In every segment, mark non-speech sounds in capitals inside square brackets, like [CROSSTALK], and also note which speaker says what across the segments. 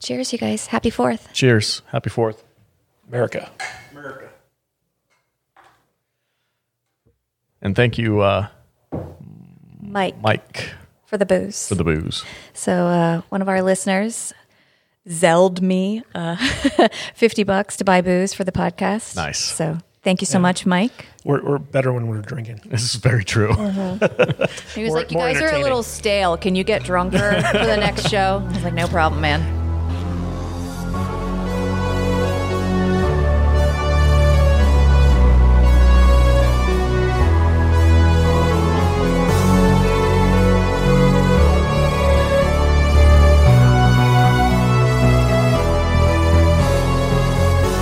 Speaker 1: Cheers, you guys. Happy Fourth.
Speaker 2: Cheers. Happy Fourth, America.
Speaker 3: America.
Speaker 2: And thank you, uh,
Speaker 1: Mike,
Speaker 2: Mike,
Speaker 1: for the booze.
Speaker 2: for the booze. [LAUGHS]
Speaker 1: So uh, one of our listeners zelled me uh, [LAUGHS] 50 bucks to buy booze for the podcast.
Speaker 2: Nice.
Speaker 1: So thank you so much, Mike.
Speaker 3: We're, we're better when we're [LAUGHS] drinking.
Speaker 2: This is very true.
Speaker 3: Uh-huh.
Speaker 1: He was
Speaker 3: More-
Speaker 1: like, "You
Speaker 3: more
Speaker 1: guys are a little
Speaker 3: entertaining.
Speaker 1: stale. Can you get
Speaker 3: [LAUGHS]
Speaker 1: drunker for the next show?" I was like, "No problem, man."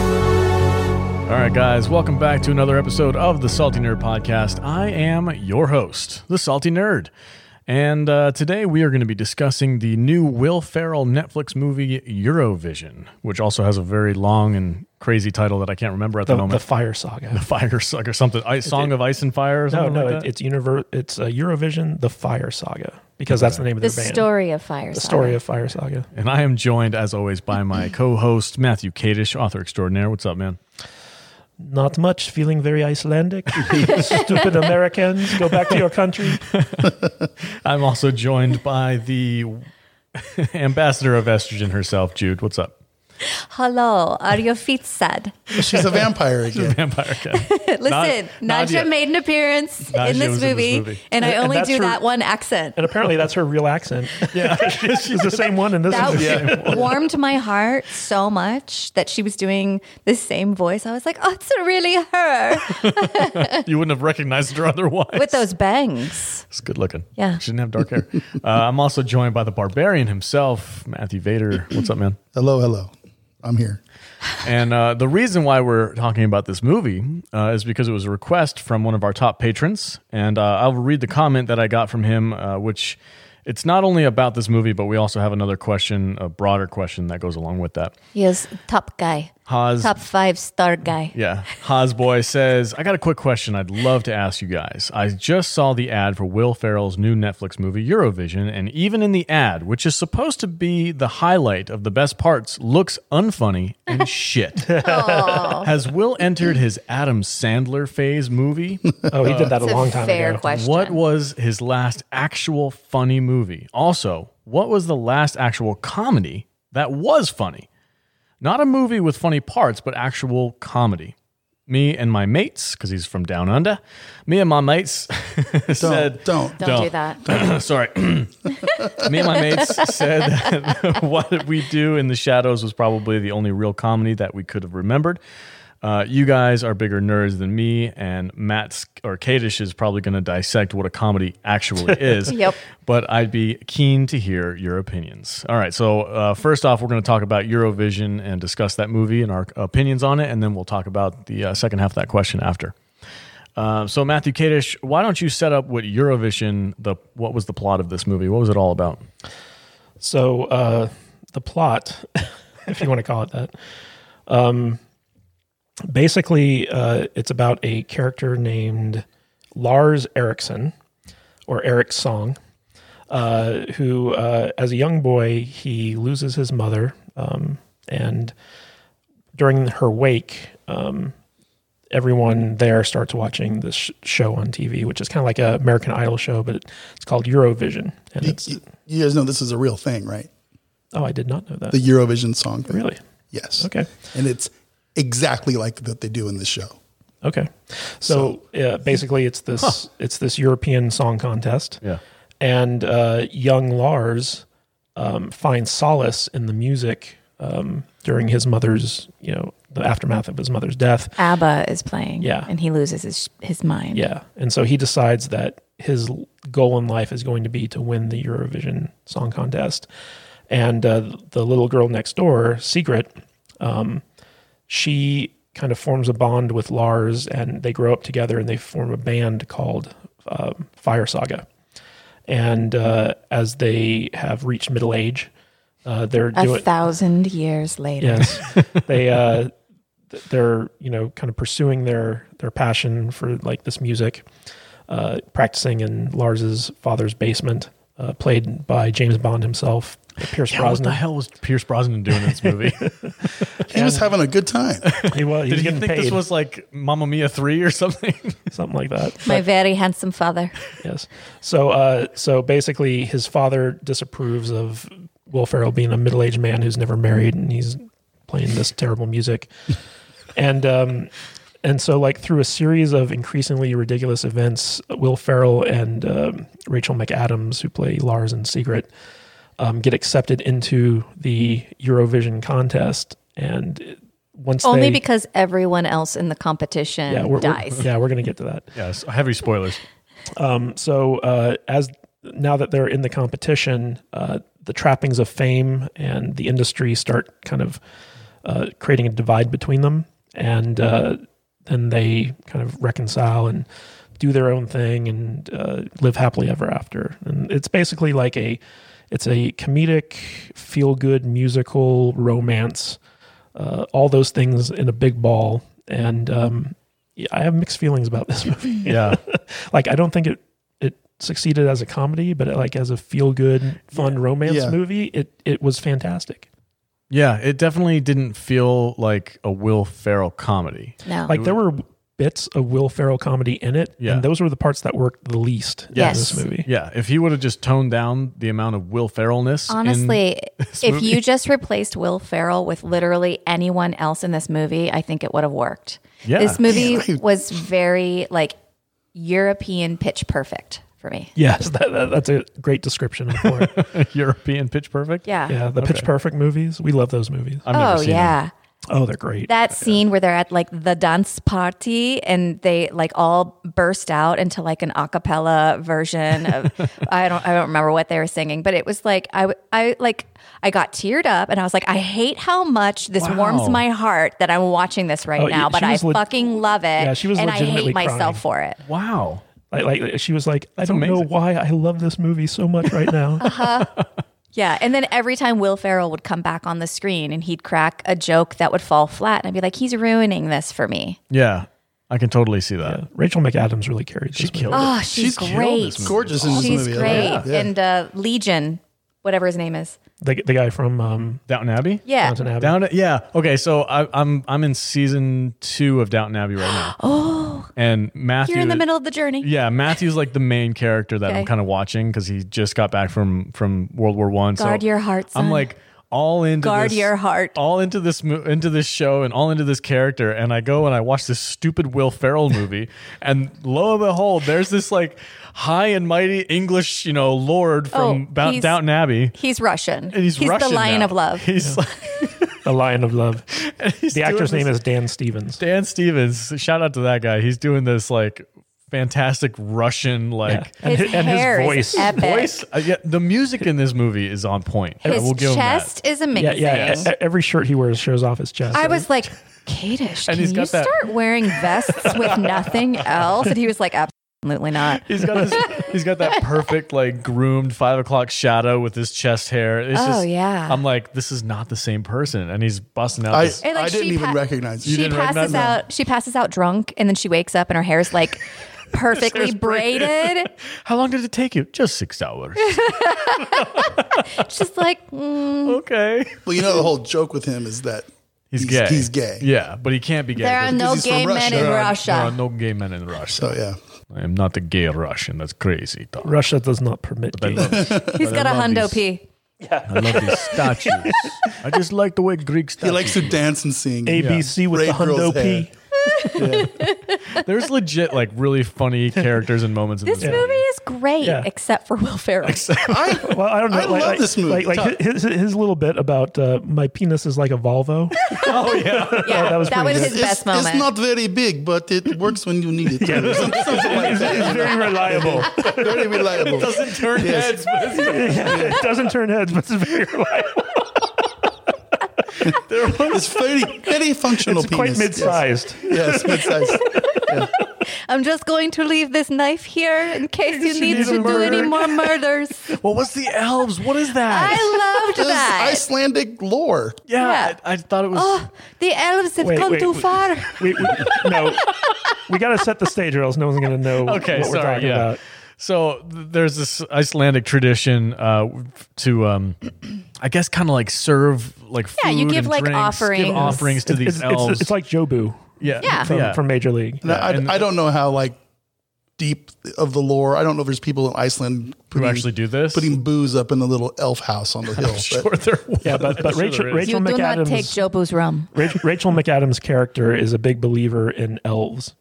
Speaker 2: All right, guys, welcome back to another episode of the Salty Nerd Podcast. I am your host, the Salty Nerd. And uh, today we are going to be discussing the new Will Ferrell Netflix movie Eurovision, which also has a very long and crazy title that I can't remember at the,
Speaker 3: The, the
Speaker 2: moment.
Speaker 3: fire saga.
Speaker 2: Fire Suck or something. Ice, Song of Ice and Fire or
Speaker 3: No,
Speaker 2: something
Speaker 3: no,
Speaker 2: like
Speaker 3: it,
Speaker 2: that?
Speaker 3: it's univer- It's uh, Eurovision, the fire saga, because that's the name of
Speaker 1: The
Speaker 3: their band.
Speaker 1: story of fire.
Speaker 3: the story of fire saga.
Speaker 2: and I am joined, as always, by my co host, Matthew Kadish, author extraordinaire. What's up, man?
Speaker 3: Not much. Feeling very [LAUGHS] Icelandic. Stupid Americans, go back to your country.
Speaker 2: I'm also joined by the [LAUGHS] ambassador of estrogen herself, Jude. What's up?
Speaker 1: Hello, are your feet sad?
Speaker 4: [LAUGHS] She's a vampire again.
Speaker 2: Vampire
Speaker 1: [LAUGHS]
Speaker 2: Cat.
Speaker 1: Listen, Nadja,
Speaker 2: Nadia-
Speaker 1: made an appearance
Speaker 2: Nadja
Speaker 1: in, this
Speaker 2: was in this
Speaker 1: movie,
Speaker 2: movie.
Speaker 1: and I
Speaker 3: And- and
Speaker 1: only
Speaker 3: that's
Speaker 1: do
Speaker 3: her-
Speaker 1: that one accent.
Speaker 3: And apparently, that's her real accent. [LAUGHS] Yeah, she's the same one in this.
Speaker 1: That [LAUGHS]
Speaker 3: one.
Speaker 1: warmed my heart so much that she was doing the same voice. I was like, "Oh, it's really her
Speaker 2: You wouldn't have recognized her otherwise.
Speaker 1: with those bangs."
Speaker 2: It's good looking.
Speaker 1: Yeah.
Speaker 2: She didn't have dark hair. uh, I'm also joined by the barbarian himself, Matthew Vader. What's up, man?
Speaker 4: Hello, hello. I'm here.
Speaker 2: And uh, the reason why we're talking about this movie uh, is because it was a request from one of our top patrons. And uh, I'll read the comment that I got from him, uh, which it's not only about this movie, but we also have another question, a broader question that goes along with that.
Speaker 1: He is top guy,
Speaker 2: Haas
Speaker 1: top five star guy.
Speaker 2: Yeah. Hosboy says, I got a quick question I'd love to ask you guys. I just saw the ad for Will Ferrell's new Netflix movie, Eurovision, and even in the ad, which is supposed to be the highlight of the best parts, looks unfunny and shit. Has Will entered his Adam Sandler phase movie?
Speaker 3: Oh, he did that a
Speaker 1: It's
Speaker 3: long
Speaker 1: a
Speaker 3: time
Speaker 1: fair
Speaker 3: ago.
Speaker 1: question.
Speaker 2: What was his last actual funny movie? Also, what was the last actual comedy that was funny? Not a movie with funny parts, but actual comedy. Me and my mates, because he's from down under, me and my mates [LAUGHS]
Speaker 4: Don't,
Speaker 2: said,
Speaker 4: don't.
Speaker 1: Don't, do that.
Speaker 2: [CLEARS THROAT] Sorry. Me and my mates said [LAUGHS] that what we do in the shadows was probably the only real comedy that we could have remembered. Uh, you guys are bigger nerds than me, and Matt's or Kadish is probably going to dissect what a comedy actually is.
Speaker 1: Yep.
Speaker 2: But I'd be keen to hear your opinions. All right. So, uh, first off, we're going to talk about Eurovision and discuss that movie and our opinions on it, and then we'll talk about the uh, second half of that question after. Uh, so Matthew Kadish, why don't you set up what Eurovision the what was the plot of this movie? What was it all about?
Speaker 3: So uh, the plot, [LAUGHS] if you want to call it that, um, basically uh, it's about a character named Lars Eriksson or Eric Song, uh, who, uh, as a young boy, he loses his mother, um, and during her wake. Um, Everyone there starts watching this sh- show on TV, which is kind of like a American Idol show, but it's called Eurovision, and
Speaker 4: You,
Speaker 3: it's
Speaker 4: you- you guys know this is a real thing, right?
Speaker 3: oh, I did not know that.
Speaker 4: The Eurovision song. thing.
Speaker 3: Really?
Speaker 4: Yes.
Speaker 3: Okay.
Speaker 4: And it's exactly like that they do in the show.
Speaker 3: Okay. So, yeah, basically, it's this it's this European song contest,
Speaker 2: Yeah.
Speaker 3: and uh, young Lars um, finds solace in the music um, during his mother's you know the aftermath of his mother's death.
Speaker 1: ABBA is playing.
Speaker 3: Yeah.
Speaker 1: And he loses his his mind.
Speaker 3: Yeah, and so he decides that his l- goal in life is going to be to win the Eurovision Song Contest. And uh, the little girl next door, Secret, um, she kind of forms a bond with Lars, and they grow up together, and they form a band called um Fire Saga. And uh, as they have reached middle age, uh, they're
Speaker 1: A
Speaker 3: doing
Speaker 1: thousand years later.
Speaker 3: Yes, [LAUGHS] they uh, th- they're you know kind of pursuing their their passion for like this music, uh, practicing in Lars's father's basement, uh, played by James Bond himself. Pierce
Speaker 2: Yeah, what the
Speaker 3: Brosnan.
Speaker 2: hell was Pierce Brosnan doing in this movie?
Speaker 4: He was having a
Speaker 2: [LAUGHS]
Speaker 4: good time.
Speaker 3: He was.
Speaker 2: Did
Speaker 3: He was
Speaker 2: he
Speaker 3: getting
Speaker 2: think
Speaker 3: paid.
Speaker 2: this was like Mamma Mia three or something?
Speaker 3: something like that.
Speaker 1: My very handsome father.
Speaker 3: Yes. So, uh, so basically, his father disapproves of Will Ferrell being a middle-aged man who's never married, and he's playing this terrible music, [LAUGHS] and um, and so like through a series of increasingly ridiculous events, Will Ferrell and um, Rachel McAdams, who play Lars in Secret, um, get accepted into the Eurovision contest, and once
Speaker 1: Only
Speaker 3: they,
Speaker 1: because everyone else in the competition
Speaker 3: yeah, we're, we're,
Speaker 1: dies.
Speaker 3: yeah, we're gonna get to that.
Speaker 2: yes, heavy spoilers.
Speaker 3: Um, so uh, as now that they're in the competition, uh, the trappings of fame and the industry start kind of uh, creating a divide between them, and uh, then they kind of reconcile and do their own thing and uh, live happily ever after. And it's basically like a it's a comedic, feel good musical romance, uh, all those things in a big ball. And um, yeah, I have mixed feelings about this [LAUGHS]
Speaker 2: [LAUGHS]
Speaker 3: movie
Speaker 2: Yeah,
Speaker 3: like I don't think it it succeeded as a comedy, but like as a feel good, fun romance
Speaker 4: Yeah.
Speaker 3: movie, it it was fantastic.
Speaker 2: yeah, it definitely didn't feel like a Will Ferrell comedy.
Speaker 1: No.
Speaker 3: Like there were bits of Will Ferrell comedy in it,
Speaker 2: Yeah.
Speaker 3: and those were the parts that worked the least
Speaker 1: Yes.
Speaker 3: in
Speaker 2: [LAUGHS]
Speaker 3: this movie.
Speaker 2: Yeah, if he would have just toned down the amount of Will Ferrellness, in-
Speaker 1: Honestly, if
Speaker 2: movie.
Speaker 1: you just replaced Will Ferrell with literally anyone else in this movie, I think it would have worked.
Speaker 2: Yeah.
Speaker 1: This movie
Speaker 2: [LAUGHS]
Speaker 4: Man, I-
Speaker 1: was very like European pitch perfect for me.
Speaker 3: Yes, [LAUGHS] that, that, that's a great description for
Speaker 2: [LAUGHS]
Speaker 3: it.
Speaker 2: European Pitch Perfect.
Speaker 1: Yeah.
Speaker 3: yeah, the Pitch Perfect movies. We love those movies.
Speaker 2: I've never
Speaker 1: Oh
Speaker 2: seen
Speaker 1: yeah.
Speaker 3: Oh, they're great.
Speaker 1: That scene where they're at like the dance party and they like all burst out into like an a cappella version
Speaker 3: [LAUGHS]
Speaker 1: of I don't I don't remember what they were singing, but it was like I w- I like I got teared up and I was like I hate how much this
Speaker 2: Wow.
Speaker 1: warms my heart that I'm watching this right
Speaker 3: Oh, yeah,
Speaker 1: now,
Speaker 3: she
Speaker 1: but I
Speaker 3: was leg-
Speaker 1: fucking love it
Speaker 3: Yeah, she was
Speaker 1: and I
Speaker 3: legitimately
Speaker 1: hate
Speaker 3: crying.
Speaker 1: myself for it.
Speaker 2: it. Wow.
Speaker 3: Like, like she was like, I don't know
Speaker 2: amazing.
Speaker 3: why I love this movie so much right
Speaker 1: [LAUGHS]
Speaker 3: now.
Speaker 1: Uh-huh. Yeah, and then every time Will Ferrell would come back on the screen and he'd crack a joke that would fall flat and I'd be like he's ruining this for me.
Speaker 2: Yeah, I can totally see that.
Speaker 3: Rachel McAdams really carried. She
Speaker 2: killed it.
Speaker 1: Oh, she's,
Speaker 2: killed
Speaker 1: great.
Speaker 2: this movie.
Speaker 4: Gorgeous in this
Speaker 1: She's
Speaker 4: movie. I
Speaker 1: great.
Speaker 4: love it. Yeah.
Speaker 1: And uh, Legion, whatever his name is.
Speaker 3: The, the guy from um,
Speaker 2: Downton Abbey.
Speaker 1: Yeah.
Speaker 3: Downton Abbey.
Speaker 2: Down, yeah. Okay, so I, I'm I'm in season two of Downton Abbey
Speaker 1: [GASPS]
Speaker 2: right now. oh, and Matthew,
Speaker 1: You're in the middle of the journey.
Speaker 2: Yeah, Matthew's like the main character that I'm
Speaker 1: Okay.
Speaker 2: kind of watching because he just got back from from World War One.
Speaker 1: Guard
Speaker 2: so
Speaker 1: your heart,
Speaker 2: I'm
Speaker 1: son.
Speaker 2: like all into
Speaker 1: Guard
Speaker 2: this-
Speaker 1: your heart.
Speaker 2: all into this mo- into this show and all into this character. And I go and I watch this stupid Will Ferrell movie, [LAUGHS] and lo and behold, there's this like high and mighty English, you know, lord from
Speaker 1: Oh,
Speaker 2: Bou-
Speaker 1: he's-
Speaker 2: Downton Abbey.
Speaker 1: He's Russian.
Speaker 2: And he's, Russian
Speaker 1: the Lion
Speaker 2: now.
Speaker 1: of Love.
Speaker 2: He's like
Speaker 3: The Lion of Love.
Speaker 2: he's
Speaker 3: The
Speaker 2: doing this-
Speaker 3: actor's name is Dan Stevens.
Speaker 2: Dan Stevens. Shout out to that guy. He's doing this like fantastic Russian like.
Speaker 1: [LAUGHS]
Speaker 3: And
Speaker 1: His
Speaker 3: hi- and his
Speaker 1: hair is
Speaker 3: voice.
Speaker 1: epic.
Speaker 2: voice. Uh, yeah, the music in this movie is on point. I
Speaker 1: His
Speaker 2: will give him that.
Speaker 1: chest is amazing.
Speaker 3: Yeah, yeah. e- Every shirt he wears shows off his chest.
Speaker 1: I was like, Kadish,
Speaker 2: And
Speaker 1: can
Speaker 2: he's
Speaker 1: you
Speaker 2: got that-
Speaker 1: start wearing vests with [LAUGHS] nothing else? And he was like, absolutely not.
Speaker 2: He's got his, he's got
Speaker 1: [LAUGHS]
Speaker 2: that perfect like groomed five o'clock shadow with his chest hair. It's
Speaker 1: Oh,
Speaker 2: just,
Speaker 1: yeah.
Speaker 2: I'm like, this is not the same person, and he's busting out.
Speaker 4: I,
Speaker 2: this,
Speaker 1: And, like,
Speaker 4: I didn't
Speaker 1: she
Speaker 4: even
Speaker 1: pa-
Speaker 4: recognize
Speaker 1: She
Speaker 4: it.
Speaker 2: didn't recognize
Speaker 1: passes
Speaker 2: him?
Speaker 1: out. She passes out drunk, and then she wakes up, and her hair's like perfectly braided.
Speaker 2: How long did it take you? Just six hours.
Speaker 1: [LAUGHS] She's like, mm,
Speaker 2: [LAUGHS] okay.
Speaker 4: Well, you know the whole joke with him is that
Speaker 2: He's, gay.
Speaker 4: He's gay.
Speaker 2: Yeah, but he can't be gay.
Speaker 1: there are
Speaker 2: because
Speaker 1: no
Speaker 4: he's from
Speaker 1: gay men
Speaker 4: Russia.
Speaker 1: in
Speaker 2: there are-
Speaker 1: Russia.
Speaker 2: there are no gay men in Russia.
Speaker 4: So yeah,
Speaker 2: I am not a gay Russian. That's crazy. Talk.
Speaker 3: Russia does not permit
Speaker 2: I
Speaker 3: gay-
Speaker 2: love,
Speaker 1: He's got a
Speaker 2: love
Speaker 1: hundo
Speaker 2: these-
Speaker 1: pee.
Speaker 2: I love these statues. [LAUGHS] I just like the way Greek
Speaker 4: he
Speaker 2: statues.
Speaker 4: likes to dance and sing.
Speaker 3: ABC with the
Speaker 4: Brave
Speaker 3: Hundo
Speaker 4: girl's
Speaker 3: P.
Speaker 4: hair.
Speaker 2: There's legit like really funny characters and moments in this,
Speaker 1: This movie is great,
Speaker 3: Yeah.
Speaker 1: except for Will Ferrell.
Speaker 4: I,
Speaker 3: Well, I don't know.
Speaker 4: I
Speaker 3: like,
Speaker 4: love
Speaker 3: like-
Speaker 4: this movie.
Speaker 3: Like, like his, his little bit about uh, my penis is like
Speaker 2: [LAUGHS]
Speaker 3: a Volvo.
Speaker 1: yeah,
Speaker 3: that
Speaker 1: that
Speaker 3: was
Speaker 1: was, [LAUGHS]
Speaker 3: pretty
Speaker 1: his
Speaker 4: it's,
Speaker 1: best moment.
Speaker 4: it's not very big, but it works when you need it. to. Something, [LAUGHS] something
Speaker 2: [LAUGHS]
Speaker 4: like that.
Speaker 3: very reliable.
Speaker 4: Very reliable.
Speaker 2: doesn't turn
Speaker 4: Yes.
Speaker 3: it doesn't turn heads, but it's very reliable.
Speaker 4: It's very, very functional
Speaker 3: It's quite
Speaker 4: penis.
Speaker 3: mid-sized.
Speaker 4: Yes,
Speaker 1: [LAUGHS]
Speaker 4: yes mid-sized.
Speaker 1: I'm just going to leave this knife here in case you need
Speaker 2: needs
Speaker 1: to
Speaker 2: a
Speaker 1: do any
Speaker 2: murder.
Speaker 1: more murders.
Speaker 2: Well, what's the elves? What is that?
Speaker 1: I loved
Speaker 4: This is
Speaker 1: that.
Speaker 4: Icelandic lore.
Speaker 2: yeah,
Speaker 1: yeah.
Speaker 2: I, I thought it was.
Speaker 1: Oh, [GASPS] the elves have
Speaker 3: Wait,
Speaker 1: come
Speaker 3: wait,
Speaker 1: too
Speaker 3: wait.
Speaker 1: far.
Speaker 3: We, we, no, we got to set the stage, or else no one's going to know
Speaker 2: [LAUGHS] okay,
Speaker 3: what we're
Speaker 2: sorry.
Speaker 3: talking
Speaker 2: Yeah.
Speaker 3: about.
Speaker 2: So th- there's this Icelandic tradition uh, to, um, I guess, kind of like serve like food.
Speaker 1: Yeah, you give,
Speaker 2: and
Speaker 1: like,
Speaker 2: drinks,
Speaker 1: offerings.
Speaker 2: Give offerings to
Speaker 3: it's,
Speaker 2: these elves.
Speaker 3: it's, it's like Jobu
Speaker 2: yeah,
Speaker 1: Yeah.
Speaker 3: from,
Speaker 2: yeah.
Speaker 3: from Major League.
Speaker 4: And I,
Speaker 2: and-
Speaker 4: I don't know how like deep of the lore. I don't know if there's people in
Speaker 2: who
Speaker 4: Iceland putting,
Speaker 2: actually do this. [LAUGHS]
Speaker 4: putting booze up in the little elf house [LAUGHS] on the hill.
Speaker 2: sure, there was. [LAUGHS]
Speaker 3: Yeah, but, but
Speaker 2: Sure
Speaker 3: Rachel,
Speaker 2: there is.
Speaker 1: You
Speaker 3: Rachel
Speaker 1: do not take
Speaker 3: McAdams
Speaker 1: Jobu's rum.
Speaker 3: Rach- Rachel McAdams' character is a big believer in elves,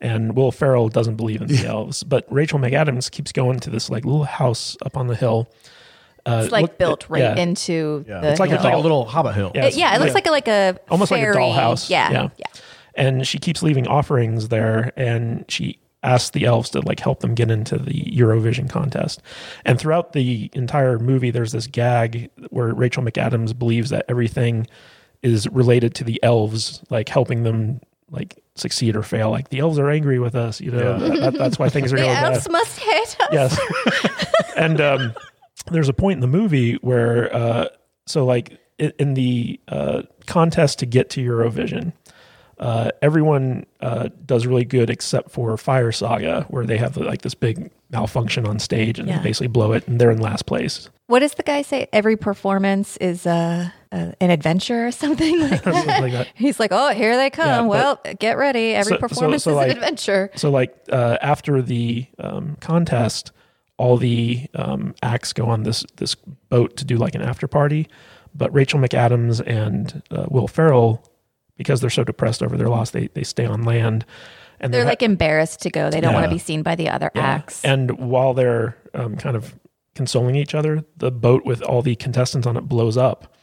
Speaker 3: and Will Ferrell doesn't believe in the elves. But Rachel McAdams keeps going to this like little house up on the hill. Uh,
Speaker 1: It's like
Speaker 3: look- uh,
Speaker 1: built right
Speaker 3: yeah.
Speaker 1: into
Speaker 2: Yeah.
Speaker 1: the.
Speaker 2: It's like
Speaker 1: hill.
Speaker 2: it's like a little hobbit hill.
Speaker 1: It- yeah, it looks like a, like a
Speaker 3: almost
Speaker 1: fairy.
Speaker 3: like a dollhouse.
Speaker 1: Yeah, yeah.
Speaker 3: And she keeps leaving offerings there, and she asks the elves to like help them get into the Eurovision contest. And throughout the entire movie, there's this gag where Rachel McAdams believes that everything is related to the elves, like helping them like succeed or fail. Like the elves are angry with us, you know.
Speaker 2: Yeah.
Speaker 3: That- that's why things
Speaker 1: [LAUGHS]
Speaker 3: are
Speaker 1: The
Speaker 3: going bad.
Speaker 1: elves must hate us.
Speaker 3: Yes. and um, there's a point in the movie where, uh, so like i- in the uh, contest to get to Eurovision, uh, everyone uh, does really good except for Fire Saga, where they have like this big malfunction on stage and
Speaker 1: Yeah.
Speaker 3: they basically blow it, and they're in last place.
Speaker 1: What does the guy say? Every performance is uh, uh, an adventure or something [LAUGHS] like that.
Speaker 3: [LAUGHS] Something like that.
Speaker 1: He's like, oh, here they come.
Speaker 3: but-
Speaker 1: well, get ready. Every
Speaker 3: So- so-
Speaker 1: performance
Speaker 3: so,
Speaker 1: is
Speaker 3: like-
Speaker 1: an adventure.
Speaker 3: So like uh, after the um, contest, all the um, acts go on this this boat to do like an after party, but Rachel McAdams and uh, Will Ferrell, because they're so depressed over their loss, they they stay on land, and
Speaker 1: They're
Speaker 3: ha-
Speaker 1: like embarrassed to go. They don't want
Speaker 2: Yeah.
Speaker 1: to be seen by the other acts. [LAUGHS]
Speaker 3: and while they're um, kind of consoling each other, the boat with all the contestants on it blows up.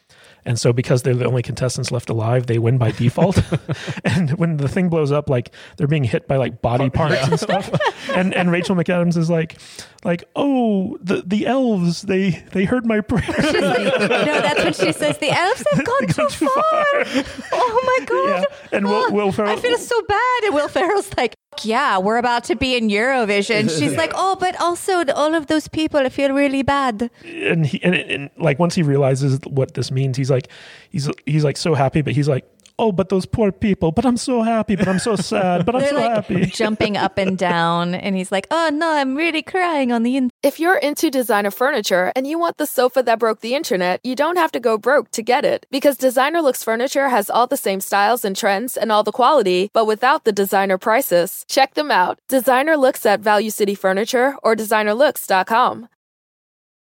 Speaker 3: And so, because they're the only contestants left alive, they win by default. [LAUGHS] and when the thing blows up, like they're being hit by like body parts and stuff. And and Rachel McAdams is like, like, oh, the the elves, they they heard my prayers. [LAUGHS]
Speaker 1: She's like, no, that's what she says. The elves have gone too far. [LAUGHS] Oh my god!
Speaker 3: [LAUGHS] Yeah. And Will-
Speaker 1: Ah,
Speaker 3: Will Ferrell-
Speaker 1: I feel so bad. And Will Ferrell's like, "Fuck "Yeah, we're about to be in
Speaker 3: [LAUGHS]
Speaker 1: Eurovision." She's like, "Oh, but also the- all of those people, I feel really bad."
Speaker 3: and he and, and like once he realizes what this means, he's like, he's he's like so happy, but he's like, oh, but those poor people. But I'm so happy. But I'm so sad. But I'm
Speaker 1: They're
Speaker 3: so
Speaker 1: like
Speaker 3: happy.
Speaker 1: [LAUGHS] jumping up and down, and he's like, "Oh no, I'm really crying on the inside."
Speaker 5: If you're into designer furniture and you want the sofa that broke the internet, you don't have to go broke to get it. Because Designer Looks Furniture has all the same styles and trends and all the quality, but without the designer prices. Check them out. Designer Looks at Value City Furniture or designerlooks.com.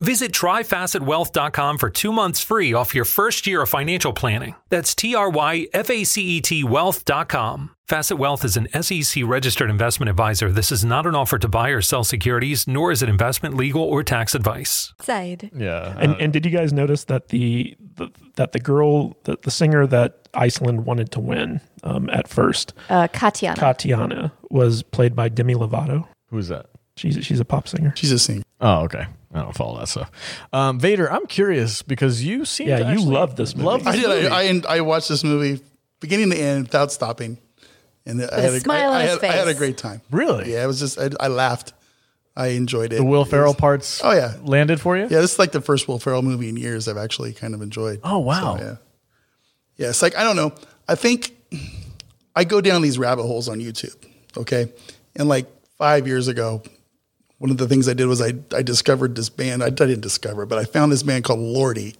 Speaker 6: Visit tryfacetwealth.com for two months free off your first year of financial planning. That's T R Y F A C E T wealth.com. Facet Wealth is an SEC registered investment advisor. This is not an offer to buy or sell securities, nor is it investment, legal, or tax advice.
Speaker 2: Yeah,
Speaker 3: And,
Speaker 2: uh,
Speaker 3: and did you guys notice that the, the that the girl, the, the singer that Iceland wanted to win um, at first,
Speaker 1: Uh, Katiana.
Speaker 3: Tatiana, was played by Demi Lovato.
Speaker 2: who's that?
Speaker 3: She's she's a pop singer.
Speaker 4: She's a singer.
Speaker 2: Oh, okay. I don't follow that stuff. Um, Vader, I'm curious because you seem
Speaker 3: Yeah,
Speaker 2: to
Speaker 3: you
Speaker 2: actually
Speaker 3: love this movie.
Speaker 2: Love this
Speaker 4: I did.
Speaker 2: movie.
Speaker 4: I, I I watched this movie beginning to end without stopping, and I
Speaker 1: a
Speaker 4: had a,
Speaker 1: smile
Speaker 4: I-
Speaker 1: on
Speaker 4: I
Speaker 1: his
Speaker 4: had, I had a
Speaker 1: face.
Speaker 4: great time.
Speaker 2: Really?
Speaker 4: Yeah, it was just I, I laughed. I enjoyed it.
Speaker 2: the Will
Speaker 4: It
Speaker 2: Ferrell
Speaker 4: was-
Speaker 2: parts.
Speaker 4: Oh, yeah.
Speaker 2: landed for you.
Speaker 4: Yeah, this is like the first Will Ferrell movie in years I've actually kind of enjoyed.
Speaker 2: Oh, wow.
Speaker 4: yeah. Yeah, it's like I don't know. I think I go down these rabbit holes on YouTube. Okay, and like five years ago, one of the things I did was I I discovered this band. I, I didn't discover, it, but I found this band called Lordy,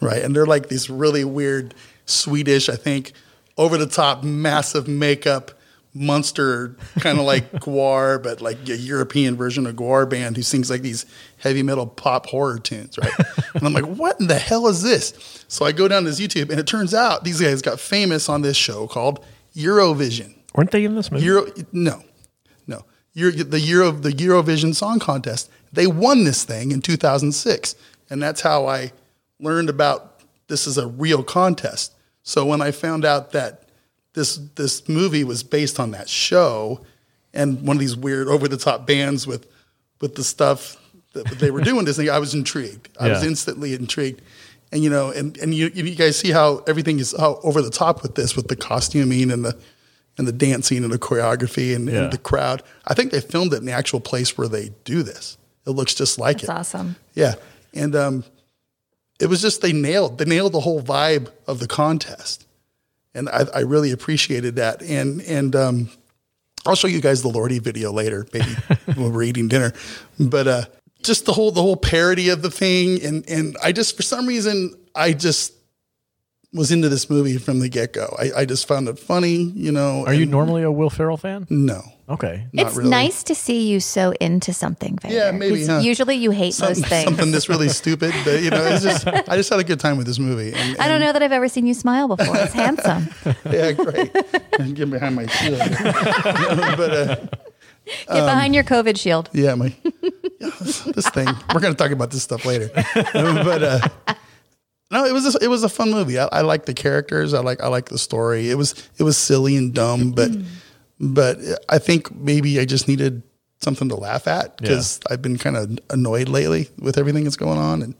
Speaker 4: right? And they're like these really weird Swedish, I think, over the top, massive makeup monster kind of like Guar, but like a European version of Guar band who sings like these heavy metal pop horror tunes, right? and I'm like, what in the hell is this? So I go down to this YouTube, and it turns out these guys got famous on this show called Eurovision.
Speaker 3: Weren't they in this movie?
Speaker 4: Euro, no, no. Euro, the year of the Eurovision Song Contest. They won this thing in 2006, and that's how I learned about this is a real contest. So when I found out that this this movie was based on that show, and one of these weird over the top bands with with the stuff that they were doing this thing, I was intrigued. I was
Speaker 2: Yeah.
Speaker 4: instantly intrigued. And you know, and, and you, you guys see how everything is how over the top with this, with the costuming and the and the dancing and the choreography and,
Speaker 2: Yeah.
Speaker 4: and the crowd. I think they filmed it in the actual place where they do this. It looks just like
Speaker 1: That's
Speaker 4: it.
Speaker 1: awesome.
Speaker 4: Yeah. And um, it was just they nailed they nailed the whole vibe of the contest. And I, I really appreciated that. And and um, I'll show you guys the Lordy video later, maybe [LAUGHS] when we're eating dinner. But uh, just the whole the whole parody of the thing and and I just for some reason I just was into this movie from the get go. I, I just found it funny, you know.
Speaker 2: Are you
Speaker 4: and-
Speaker 2: normally a Will Ferrell fan?
Speaker 4: No.
Speaker 2: Okay.
Speaker 4: Not
Speaker 1: it's
Speaker 4: really.
Speaker 1: nice to see you so into something. Vader,
Speaker 4: Yeah, maybe,
Speaker 1: 'cause
Speaker 4: huh?
Speaker 1: Usually you hate
Speaker 4: Some-
Speaker 1: those things.
Speaker 4: Something that's really stupid, but you know, it's just I just had a good time with this movie. And,
Speaker 1: I don't know that I've ever seen you smile before.
Speaker 4: [LAUGHS]
Speaker 1: It's handsome.
Speaker 4: yeah, great. And get behind my shield. [LAUGHS] but uh,
Speaker 1: Get
Speaker 4: Um,
Speaker 1: behind your COVID shield.
Speaker 4: yeah, my this thing. We're gonna talk about this stuff later. [LAUGHS] but uh, no, it was just, it was a fun movie. I, I like the characters. I like I like the story. It was it was silly and dumb, but but I think maybe I just needed something to laugh at because I've been kind of annoyed lately with everything that's going on, and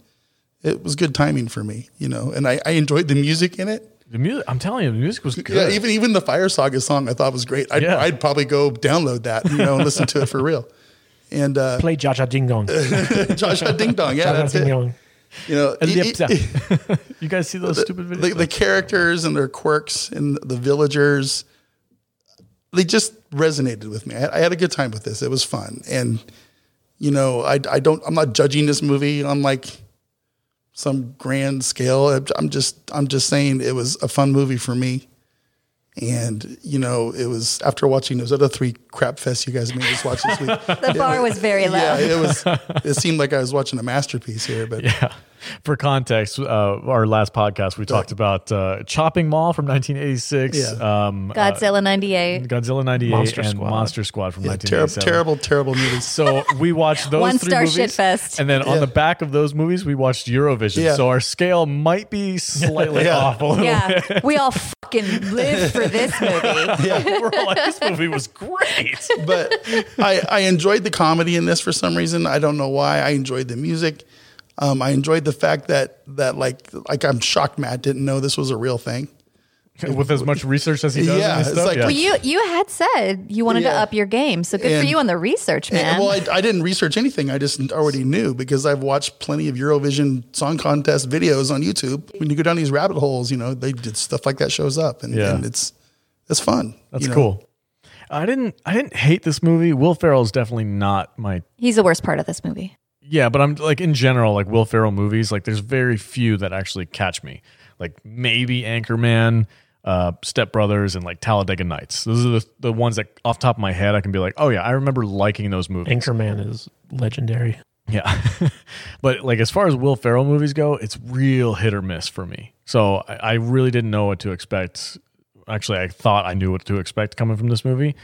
Speaker 4: it was good timing for me, you know. And I, I enjoyed the music in it.
Speaker 2: The music. I'm telling you, the music was good.
Speaker 4: Yeah, even even the Fire Saga song I thought was great. I'd,
Speaker 2: Yeah.
Speaker 4: I'd probably go download that, you know, and listen to it for real. And uh,
Speaker 3: Play Jaja
Speaker 2: [LAUGHS]
Speaker 3: Ding Dong. Jaja
Speaker 4: [LAUGHS] Joshua Ding Dong, yeah, that's
Speaker 3: Ding
Speaker 4: it.
Speaker 3: Dong.
Speaker 4: You know, it-
Speaker 2: Ellipsa.
Speaker 4: it-
Speaker 2: you guys see those stupid videos?
Speaker 4: the, the characters and their quirks and the villagers, they just resonated with me. I, I had a good time with this. It was fun, and you know, I I don't I'm not judging this movie on like some grand scale. I'm- I'm just I'm just saying it was a fun movie for me. And you know, it was after watching those other three crap fests you guys made us watch this week.
Speaker 1: The bar was very low.
Speaker 4: yeah, it was. It seemed like I was watching a masterpiece here, but
Speaker 2: [LAUGHS] Yeah. For context, uh, our last podcast we talked about uh, Chopping Mall from 1986,
Speaker 4: Yeah.
Speaker 2: um,
Speaker 1: Godzilla 98.
Speaker 2: Godzilla 98,
Speaker 3: Monster
Speaker 2: and
Speaker 3: Squad.
Speaker 2: Monster Squad from
Speaker 4: yeah, uh, terrible,
Speaker 2: 1987.
Speaker 4: terrible, terrible movies. [LAUGHS]
Speaker 2: So we watched those
Speaker 1: One
Speaker 2: three
Speaker 1: star
Speaker 2: movies,
Speaker 1: shitfest.
Speaker 2: and then on the back of those movies, we watched Eurovision.
Speaker 4: Yeah.
Speaker 2: So our scale might be slightly
Speaker 4: [LAUGHS] Yeah.
Speaker 2: off. A little
Speaker 4: [LAUGHS]
Speaker 1: Yeah. We all fucking live for this movie.
Speaker 2: bit. We're all like, this movie was great.
Speaker 4: but I, I enjoyed the comedy in this for some reason. I don't know why. I enjoyed the music. Um, I enjoyed the fact that that like like I'm shocked Matt didn't know this was a real thing.
Speaker 2: With as much research as he does,
Speaker 4: Yeah,
Speaker 2: and
Speaker 4: it's
Speaker 2: stuff.
Speaker 4: like-
Speaker 2: yeah.
Speaker 1: Well, you you had said you wanted to
Speaker 4: Yeah.
Speaker 1: up your game, so good for
Speaker 4: And-
Speaker 1: you on the research, man.
Speaker 4: Well, I, I didn't research anything. I just already knew because I've watched plenty of Eurovision Song Contest videos on YouTube. When you go down these rabbit holes, you know they did stuff like that shows up, and,
Speaker 2: Yeah.
Speaker 4: and it's it's fun.
Speaker 2: That's
Speaker 4: you know?
Speaker 2: cool. I didn't. I didn't hate this movie. Will Ferrell is definitely not my
Speaker 1: He's the worst part of this movie.
Speaker 2: Yeah, but I'm like in general, like Will Ferrell movies, like there's very few that actually catch me. Like maybe Anchorman, uh, Step Brothers, and like Talladega Nights. Those are the, the ones that off the top of my head I can be like, oh yeah, I remember liking those movies.
Speaker 3: Anchorman is legendary.
Speaker 2: Yeah. [LAUGHS] but like as far as Will Ferrell movies go, it's real hit or miss for me. So I, I really didn't know what to expect. Actually, I thought I knew what to expect coming from this movie.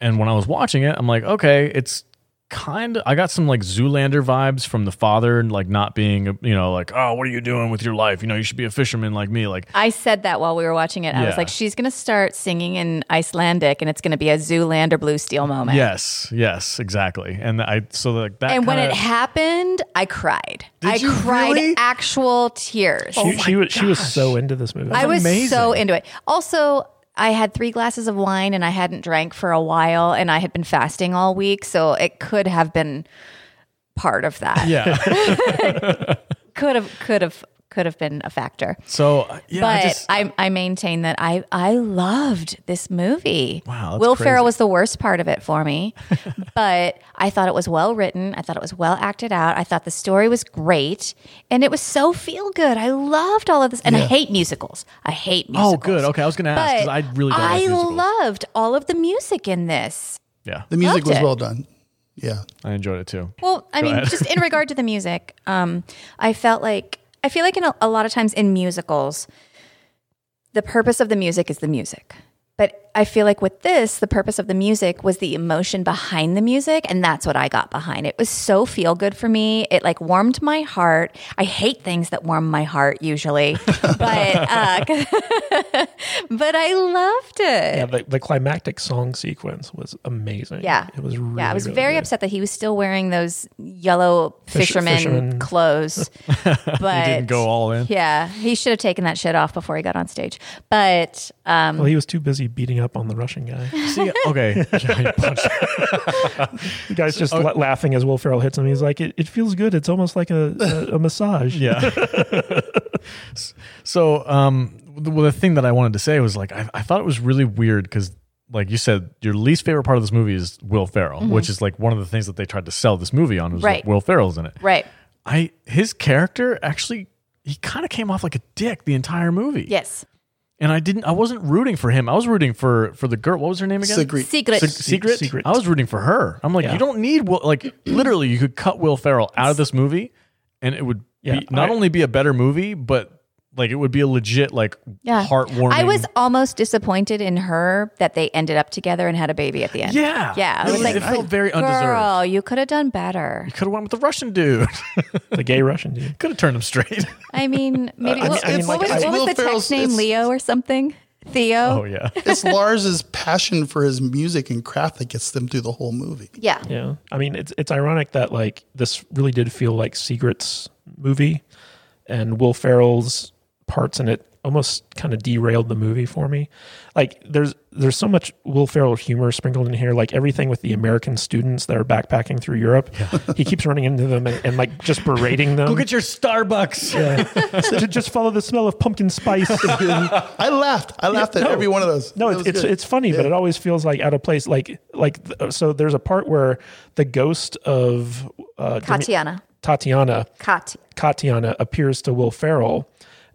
Speaker 2: And when I was watching it, I'm like, okay, it's kind of I got some like Zoolander vibes from the father and like not being, you know, like, oh, what are you doing with your life? You know, you should be a fisherman like me. Like,
Speaker 1: I said that while we were watching it. I
Speaker 2: Yeah.
Speaker 1: was like, she's gonna start singing in Icelandic, and it's gonna be a Zoolander Blue Steel moment.
Speaker 2: yes, yes, exactly. And I so like that
Speaker 1: And when
Speaker 2: kinda-
Speaker 1: it happened, I cried.
Speaker 2: Did
Speaker 1: I
Speaker 2: you
Speaker 1: cried
Speaker 2: really? Oh,
Speaker 1: actual tears.
Speaker 3: she, she was, she was so into this movie.
Speaker 1: I was
Speaker 2: amazing.
Speaker 1: so into it. Also, I had three glasses of wine and I hadn't drank for a while, and I had been fasting all week, so it could have been part of that.
Speaker 2: yeah.
Speaker 1: Could have, could have, could have been a factor.
Speaker 2: So yeah, I
Speaker 1: but I,
Speaker 2: just-
Speaker 1: I, maintain that I I loved this movie.
Speaker 2: Wow, that's
Speaker 1: Will
Speaker 2: crazy.
Speaker 1: Ferrell was the worst part of it for
Speaker 2: [LAUGHS]
Speaker 1: me, but I thought it was well written. I thought it was well acted out. I thought the story was great, and it was so feel good. I loved all of this, and I hate musicals. I hate musicals.
Speaker 2: Oh, good. Okay, I was gonna ask because
Speaker 1: But
Speaker 2: I really don't like
Speaker 1: I
Speaker 2: musicals.
Speaker 1: loved all of the music in this.
Speaker 2: yeah,
Speaker 4: The music
Speaker 1: Loved
Speaker 4: was
Speaker 1: it.
Speaker 4: well done. Yeah,
Speaker 2: I enjoyed it too.
Speaker 1: Well, I mean, just in regard to the music, um, I felt like I feel like in a, a lot of times in musicals, the purpose of the music is the music, but I feel like with this, the purpose of the music was the emotion behind the music, and that's what I got behind. It was so feel good for me. It like warmed my heart. I hate things that warm my heart usually, [LAUGHS] but uh, [LAUGHS] but I loved it.
Speaker 3: Yeah, the, the climactic song sequence was amazing.
Speaker 1: Yeah.
Speaker 3: It was really
Speaker 1: yeah, I was
Speaker 3: really
Speaker 1: very
Speaker 3: good.
Speaker 1: upset that he was still wearing those yellow fisherman,
Speaker 3: fisherman.
Speaker 1: clothes. But
Speaker 2: Didn't go all in.
Speaker 1: Yeah, he should have taken that shit off before he got on stage. But um,
Speaker 3: Well, he was too busy beating up on the Russian guy.
Speaker 2: See, okay. [LAUGHS] Yeah, you punched-
Speaker 3: The guy's just
Speaker 2: Oh.
Speaker 3: la- laughing as Will Ferrell hits him. He's like, it, it feels good. It's almost like a,
Speaker 2: [LAUGHS]
Speaker 3: a, a massage.
Speaker 2: Yeah. so, um, the, well, the thing that I wanted to say was like, I, I thought it was really weird because, like you said, your least favorite part of this movie is Will Ferrell, which is like one of the things that they tried to sell this movie on was like,
Speaker 1: Right.
Speaker 2: Will Ferrell's in it.
Speaker 1: right,
Speaker 2: I his character actually he kind of came off like a dick the entire movie.
Speaker 1: yes,
Speaker 2: and I didn't. I wasn't rooting for him. I was rooting for for the girl. What was her name again?
Speaker 4: Secret.
Speaker 1: secret.
Speaker 2: Se- secret?
Speaker 3: Secret.
Speaker 2: I was rooting for her. I'm like,
Speaker 3: Yeah.
Speaker 2: you don't need Will. Like, literally, you could cut Will Ferrell out of this movie, and it would
Speaker 3: Yeah,
Speaker 2: be, not
Speaker 3: I-
Speaker 2: only be a better movie, but like it would be a legit like
Speaker 1: yeah,
Speaker 2: heartwarming.
Speaker 1: I was almost disappointed in her that they ended up together and had a baby at the end.
Speaker 2: yeah,
Speaker 1: yeah. I was
Speaker 2: It,
Speaker 1: like,
Speaker 2: it felt very undeserved.
Speaker 1: girl, you could have done better.
Speaker 2: Could have went with the Russian dude. [LAUGHS]
Speaker 3: The gay Russian dude.
Speaker 2: could have turned him straight.
Speaker 1: I mean, maybe
Speaker 4: I
Speaker 1: what,
Speaker 4: mean- I mean,
Speaker 1: what was,
Speaker 4: like, I-
Speaker 1: what was
Speaker 4: Will
Speaker 1: the
Speaker 4: Ferrell's-
Speaker 1: text name?
Speaker 4: it's-
Speaker 1: Leo or something? Theo.
Speaker 2: oh yeah.
Speaker 4: It's Lars's passion for his music and craft that gets them through the whole movie.
Speaker 1: yeah.
Speaker 3: Yeah. I mean, it's it's ironic that like this really did feel like Secret's movie and Will Ferrell's parts in it almost kind of derailed the movie for me. Like there's there's so much Will Ferrell humor sprinkled in here, like everything with the American students that are backpacking through Europe. [LAUGHS] he keeps running into them and, and like just berating them.
Speaker 2: Go get your Starbucks.
Speaker 3: Yeah. [LAUGHS] Ju- just follow the smell of
Speaker 2: [LAUGHS]
Speaker 3: pumpkin spice. [LAUGHS]
Speaker 4: I laughed. I laughed at
Speaker 3: no.
Speaker 4: every one of those.
Speaker 3: No,
Speaker 4: That
Speaker 3: it's
Speaker 4: was
Speaker 3: it's,
Speaker 4: good.
Speaker 3: it's funny, but it always feels like out of place. Like like th- so, there's a part where the ghost of uh, Demi-
Speaker 1: Tatiana.
Speaker 3: Tatiana
Speaker 1: Kat.
Speaker 3: Katiana appears to Will Ferrell,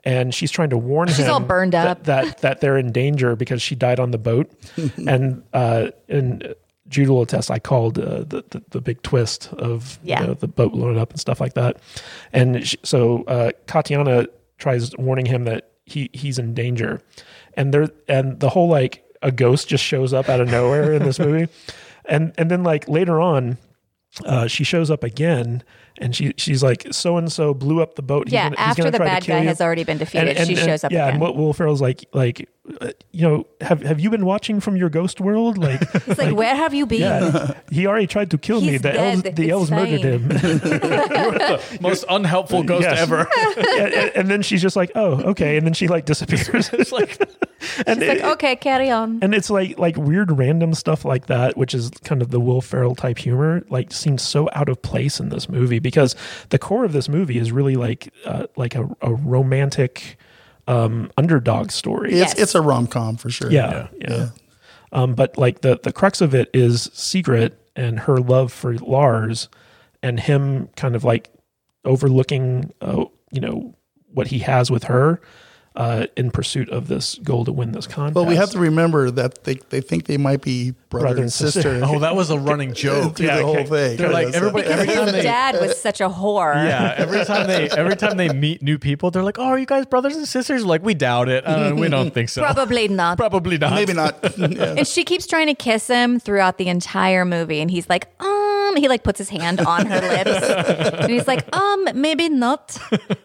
Speaker 3: and she's trying to warn him.
Speaker 1: all burned
Speaker 3: that-
Speaker 1: up.
Speaker 3: that that they're in danger because she died on the boat,
Speaker 1: [LAUGHS]
Speaker 3: and uh, and Jude will attest. I called uh, the, the the big twist of you
Speaker 1: Yeah.
Speaker 3: know, the boat blowing up and stuff like that, and sh so uh, Katiana tries warning him that he he's in danger, and there and the whole like a ghost just shows up out of
Speaker 1: [LAUGHS]
Speaker 3: nowhere in this movie, and and then like later on uh, she shows up again and she she's like so and so blew up the boat. He's
Speaker 1: Yeah.
Speaker 3: gonna- he's
Speaker 1: after
Speaker 3: gonna
Speaker 1: the
Speaker 3: try to
Speaker 1: bad
Speaker 3: kill
Speaker 1: guy
Speaker 3: you."
Speaker 1: has already been defeated, she shows up
Speaker 3: yeah,
Speaker 1: again.
Speaker 3: and what Will Ferrell's like, like, uh, you know, have have you been watching from your ghost
Speaker 1: [LAUGHS]
Speaker 3: world? Like,
Speaker 1: it's like, where have you been?
Speaker 3: yeah, he already tried to kill me.
Speaker 1: He's
Speaker 3: The elves,
Speaker 1: dead.
Speaker 3: the
Speaker 1: It's
Speaker 3: elves murdered
Speaker 1: fine."
Speaker 3: him.
Speaker 2: Most unhelpful ghost
Speaker 3: Yes.
Speaker 2: ever.
Speaker 3: Yeah, [LAUGHS] and, and then she's just like, oh, okay, and then she like disappears.
Speaker 1: [LAUGHS]
Speaker 3: it's like, [LAUGHS] and
Speaker 1: It's like,
Speaker 3: it-
Speaker 1: okay, carry on.
Speaker 3: and it's like like weird random stuff like that which is kind of the will ferrell type humor like seems so out of place in this movie because the core of this movie is really like uh, like a, a romantic um underdog story
Speaker 4: it's,
Speaker 1: yes.
Speaker 4: it's a rom com for sure.
Speaker 3: yeah, yeah um but like the the crux of it is secret and her love for lars and him kind of like overlooking uh, you know what he has with her uh, in pursuit of this goal to win this contest
Speaker 4: But we have to remember that they, they think they might be brother,
Speaker 3: Brother
Speaker 4: and
Speaker 3: and sister. [LAUGHS]
Speaker 4: sister.
Speaker 2: Oh, that was a running joke.
Speaker 4: through the whole thing.
Speaker 2: They're like,
Speaker 4: Yes.
Speaker 2: everybody-
Speaker 1: Because
Speaker 2: every time
Speaker 1: [LAUGHS] his
Speaker 2: they-
Speaker 1: dad was such a whore.
Speaker 2: [LAUGHS] Yeah, every time they every time they meet new people, they're like, "Oh, are you guys brothers and sisters?" Like, we doubt it. Uh, we don't think so.
Speaker 1: [LAUGHS] Probably not.
Speaker 2: Probably not.
Speaker 3: [LAUGHS]
Speaker 4: Maybe not. Yeah.
Speaker 1: And she keeps trying to kiss him throughout the entire movie, and he's like, um, he like puts his hand on her lips, and he's like, um, maybe not.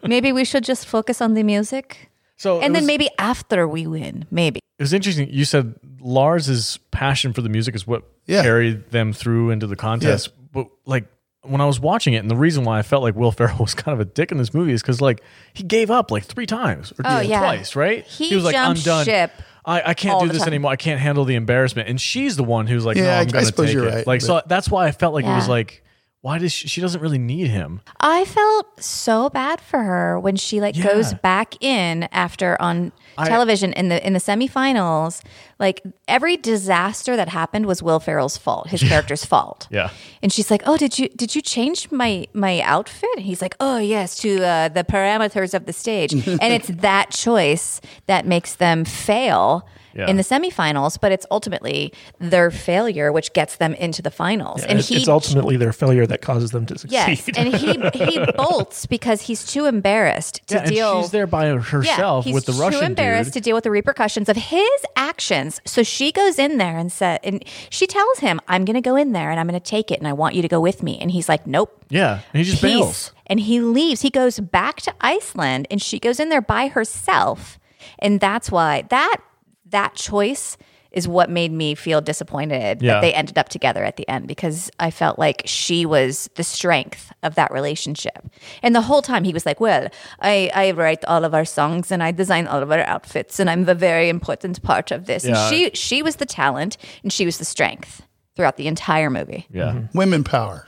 Speaker 1: Maybe we should just focus on the music,
Speaker 2: So,
Speaker 1: and
Speaker 2: it
Speaker 1: then
Speaker 2: was,
Speaker 1: maybe after we win, maybe.
Speaker 2: it was interesting. You said Lars's passion for the music is what
Speaker 4: Yeah.
Speaker 2: carried them through into the contest. But like when I was watching it, and the reason why I felt like Will Ferrell [LAUGHS] was kind of a dick in this movie is because like he gave up like three times or
Speaker 1: Oh,
Speaker 2: t-
Speaker 1: yeah.
Speaker 2: twice, right?
Speaker 1: He
Speaker 2: was like,
Speaker 1: jumped ship
Speaker 2: I, I can't
Speaker 1: all
Speaker 2: do
Speaker 1: the
Speaker 2: this
Speaker 1: time."
Speaker 2: anymore. I can't handle the embarrassment." And she's the one who's like,
Speaker 4: Yeah,
Speaker 2: "No,
Speaker 4: I-
Speaker 2: I'm
Speaker 4: I
Speaker 2: going to
Speaker 4: suppose
Speaker 2: take
Speaker 4: you're
Speaker 2: it."
Speaker 4: right,
Speaker 2: like, so that's why I felt like it was
Speaker 1: Yeah.
Speaker 2: like, "Why does she, she doesn't really need him?"
Speaker 1: I felt so bad for her when she like
Speaker 2: Yeah.
Speaker 1: goes back in after on
Speaker 2: I-
Speaker 1: television in the in the semifinals. Like every disaster that happened was Will Ferrell's fault,
Speaker 2: [LAUGHS]
Speaker 1: his character's fault.
Speaker 2: Yeah.
Speaker 1: And she's like, "Oh, did you did you change my my outfit?" And he's like, "Oh, yes, to uh,
Speaker 2: [LAUGHS]
Speaker 1: the parameters of the stage." and it's that choice that makes them fail.
Speaker 2: Yeah.
Speaker 1: in the semifinals, but it's ultimately their failure which gets them into the finals. and
Speaker 3: It-
Speaker 1: he
Speaker 3: it's ultimately their failure that causes them to
Speaker 2: [LAUGHS]
Speaker 3: succeed. [LAUGHS]
Speaker 1: yes, and he he bolts because he's too embarrassed to
Speaker 2: yeah, and
Speaker 1: deal.
Speaker 2: she's there by herself
Speaker 1: he's
Speaker 2: with the Russian
Speaker 1: too embarrassed
Speaker 2: dude.
Speaker 1: to deal with the repercussions of his actions. So she goes in there and said, and she tells him, "I'm going to go in there and I'm going to take it, and I want you to go with me." And he's like, "Nope."
Speaker 2: yeah, and he just
Speaker 1: Peace.
Speaker 2: bails.
Speaker 1: And he leaves. He goes back to Iceland and she goes in there by herself. And that's why that that choice is what made me feel disappointed
Speaker 2: Yeah.
Speaker 1: that they ended up together at the end because I felt like she was the strength of that relationship. And the whole time he was like, Well, I, I write all of our songs and I design all of our outfits and I'm a very important part of this.
Speaker 2: Yeah.
Speaker 1: And she she was the talent and she was the strength throughout the entire movie.
Speaker 2: Yeah,
Speaker 4: Women power.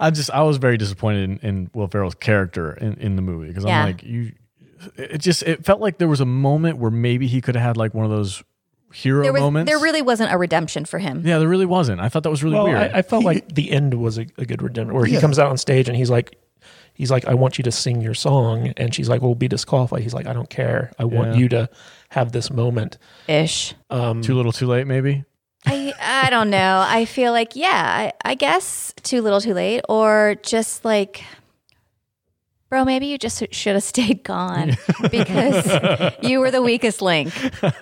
Speaker 2: I just I was very disappointed in, in Will Ferrell's character in, in the movie because
Speaker 1: Yeah.
Speaker 2: I'm like you. It just it felt like there was a moment where maybe he could have had like one of those hero
Speaker 1: There was
Speaker 2: moments.
Speaker 1: there really wasn't a redemption for him.
Speaker 2: yeah, there really wasn't. I thought that was really
Speaker 3: well,
Speaker 2: weird.
Speaker 3: I,
Speaker 1: [LAUGHS]
Speaker 3: I felt like the end was a, a good redemption, where he comes out on stage and he's like, he's like, I want you to sing your song, and she's like, we'll be disqualified. He's like, I don't care. I want
Speaker 2: Yeah.
Speaker 3: you to have this moment.
Speaker 1: Ish.
Speaker 3: Um,
Speaker 2: too little, too late. Maybe
Speaker 1: I I don't know. I feel like yeah, I, I guess too little, too late, or just like, bro, maybe you just should have [LAUGHS] stayed gone because you were the weakest link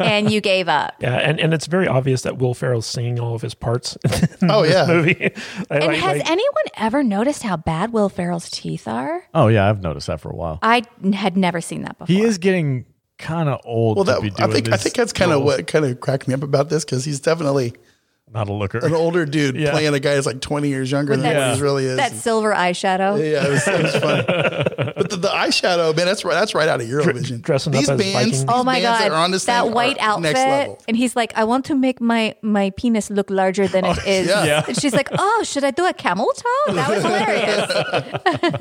Speaker 1: and you gave
Speaker 3: [LAUGHS]
Speaker 1: up.
Speaker 3: yeah, and, and it's very obvious that Will Ferrell's singing all of his parts. in
Speaker 4: Oh,
Speaker 3: Hmm, this
Speaker 4: yeah.
Speaker 3: movie. [LAUGHS] I
Speaker 1: And
Speaker 3: like-
Speaker 1: has
Speaker 3: like-
Speaker 1: anyone ever noticed how bad Will Ferrell's teeth are?
Speaker 2: Oh yeah, I've noticed that for a while.
Speaker 1: I n- had never seen that before.
Speaker 2: He is getting kind of old.
Speaker 4: Well,
Speaker 2: to be
Speaker 4: that I
Speaker 2: doing
Speaker 4: think I
Speaker 2: this
Speaker 4: think that's kind of
Speaker 2: little-
Speaker 4: what kind of cracked me up about this because he's definitely
Speaker 2: not a looker.
Speaker 4: an older dude
Speaker 2: Yeah.
Speaker 4: playing a guy that's like 20 years younger
Speaker 1: With
Speaker 4: than
Speaker 1: that-
Speaker 4: what he really is.
Speaker 1: that silver eyeshadow.
Speaker 4: yeah, it was, it was fun. But the, the eyeshadow, man, that's right. That's right out of Eurovision.
Speaker 3: dressing up
Speaker 4: These
Speaker 3: as
Speaker 4: bands,
Speaker 3: Vikings.
Speaker 4: these
Speaker 1: Oh my
Speaker 4: bands
Speaker 1: god!
Speaker 4: that are on this
Speaker 1: that
Speaker 4: thing
Speaker 1: white
Speaker 4: are
Speaker 1: outfit,
Speaker 4: next level.
Speaker 1: and he's like, "I want to make my my penis look larger than
Speaker 4: [LAUGHS]
Speaker 1: it is."
Speaker 4: yeah. Oh, Yeah.
Speaker 1: And she's like, "Oh, should I do a camel toe?" That was hilarious.
Speaker 3: [LAUGHS]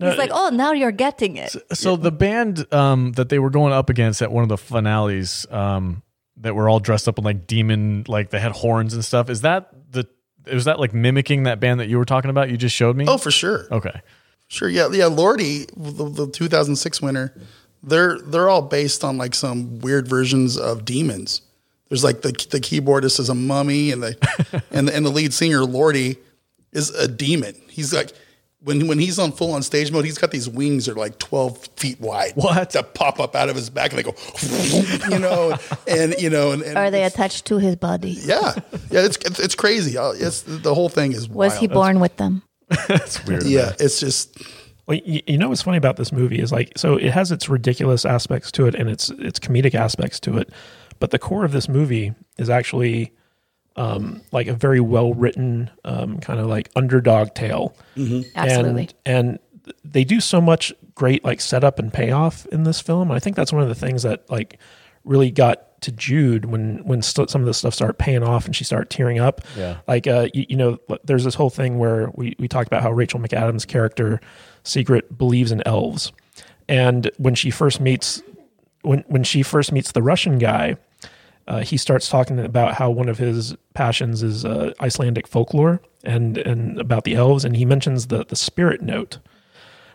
Speaker 1: he's like, "Oh, now you're getting
Speaker 4: [LAUGHS]
Speaker 1: it."
Speaker 2: so the band um, that they were going up against at one of the finales um, that were all dressed up in like demon, like they had horns and stuff. Is that the? Was that like mimicking that band that you were talking about? You just showed me.
Speaker 4: Oh, for sure.
Speaker 2: okay.
Speaker 4: Sure, yeah, yeah. Lordy, the, the 2006 winner, they're they're all based on like some weird versions of demons. There's like the the keyboardist is a mummy, and the [LAUGHS] and the, and the lead singer Lordy is a demon. He's like when when he's on full on stage mode, he's got these wings that are like 12 feet wide.
Speaker 2: What?
Speaker 4: that pop up out of his back and they go, [LAUGHS] you know, and you know, and, and
Speaker 1: Are they attached to his body?
Speaker 4: yeah, yeah. It's it's, it's crazy. Uh, It's the whole thing is
Speaker 1: Was
Speaker 4: wild.
Speaker 1: he born with them?
Speaker 2: It's weird.
Speaker 4: Yeah, it's just
Speaker 3: Well, you, you know what's funny about this movie is like, so it has its ridiculous aspects to it and its its comedic aspects to it, but the core of this movie is actually um, like a very well written um, kind of like underdog tale.
Speaker 1: Absolutely.
Speaker 3: And, and they do so much great like setup and payoff in this film. I think that's one of the things that like really got to Jude when when st- some of this stuff started paying off and she started tearing up.
Speaker 2: Yeah.
Speaker 3: Like uh you, you know there's this whole thing where we we talked about how Rachel McAdams character Secret believes in elves. And when she first meets when when she first meets the Russian guy, uh, he starts talking about how one of his passions is uh, Icelandic folklore and and about the elves, and he mentions the the spirit note,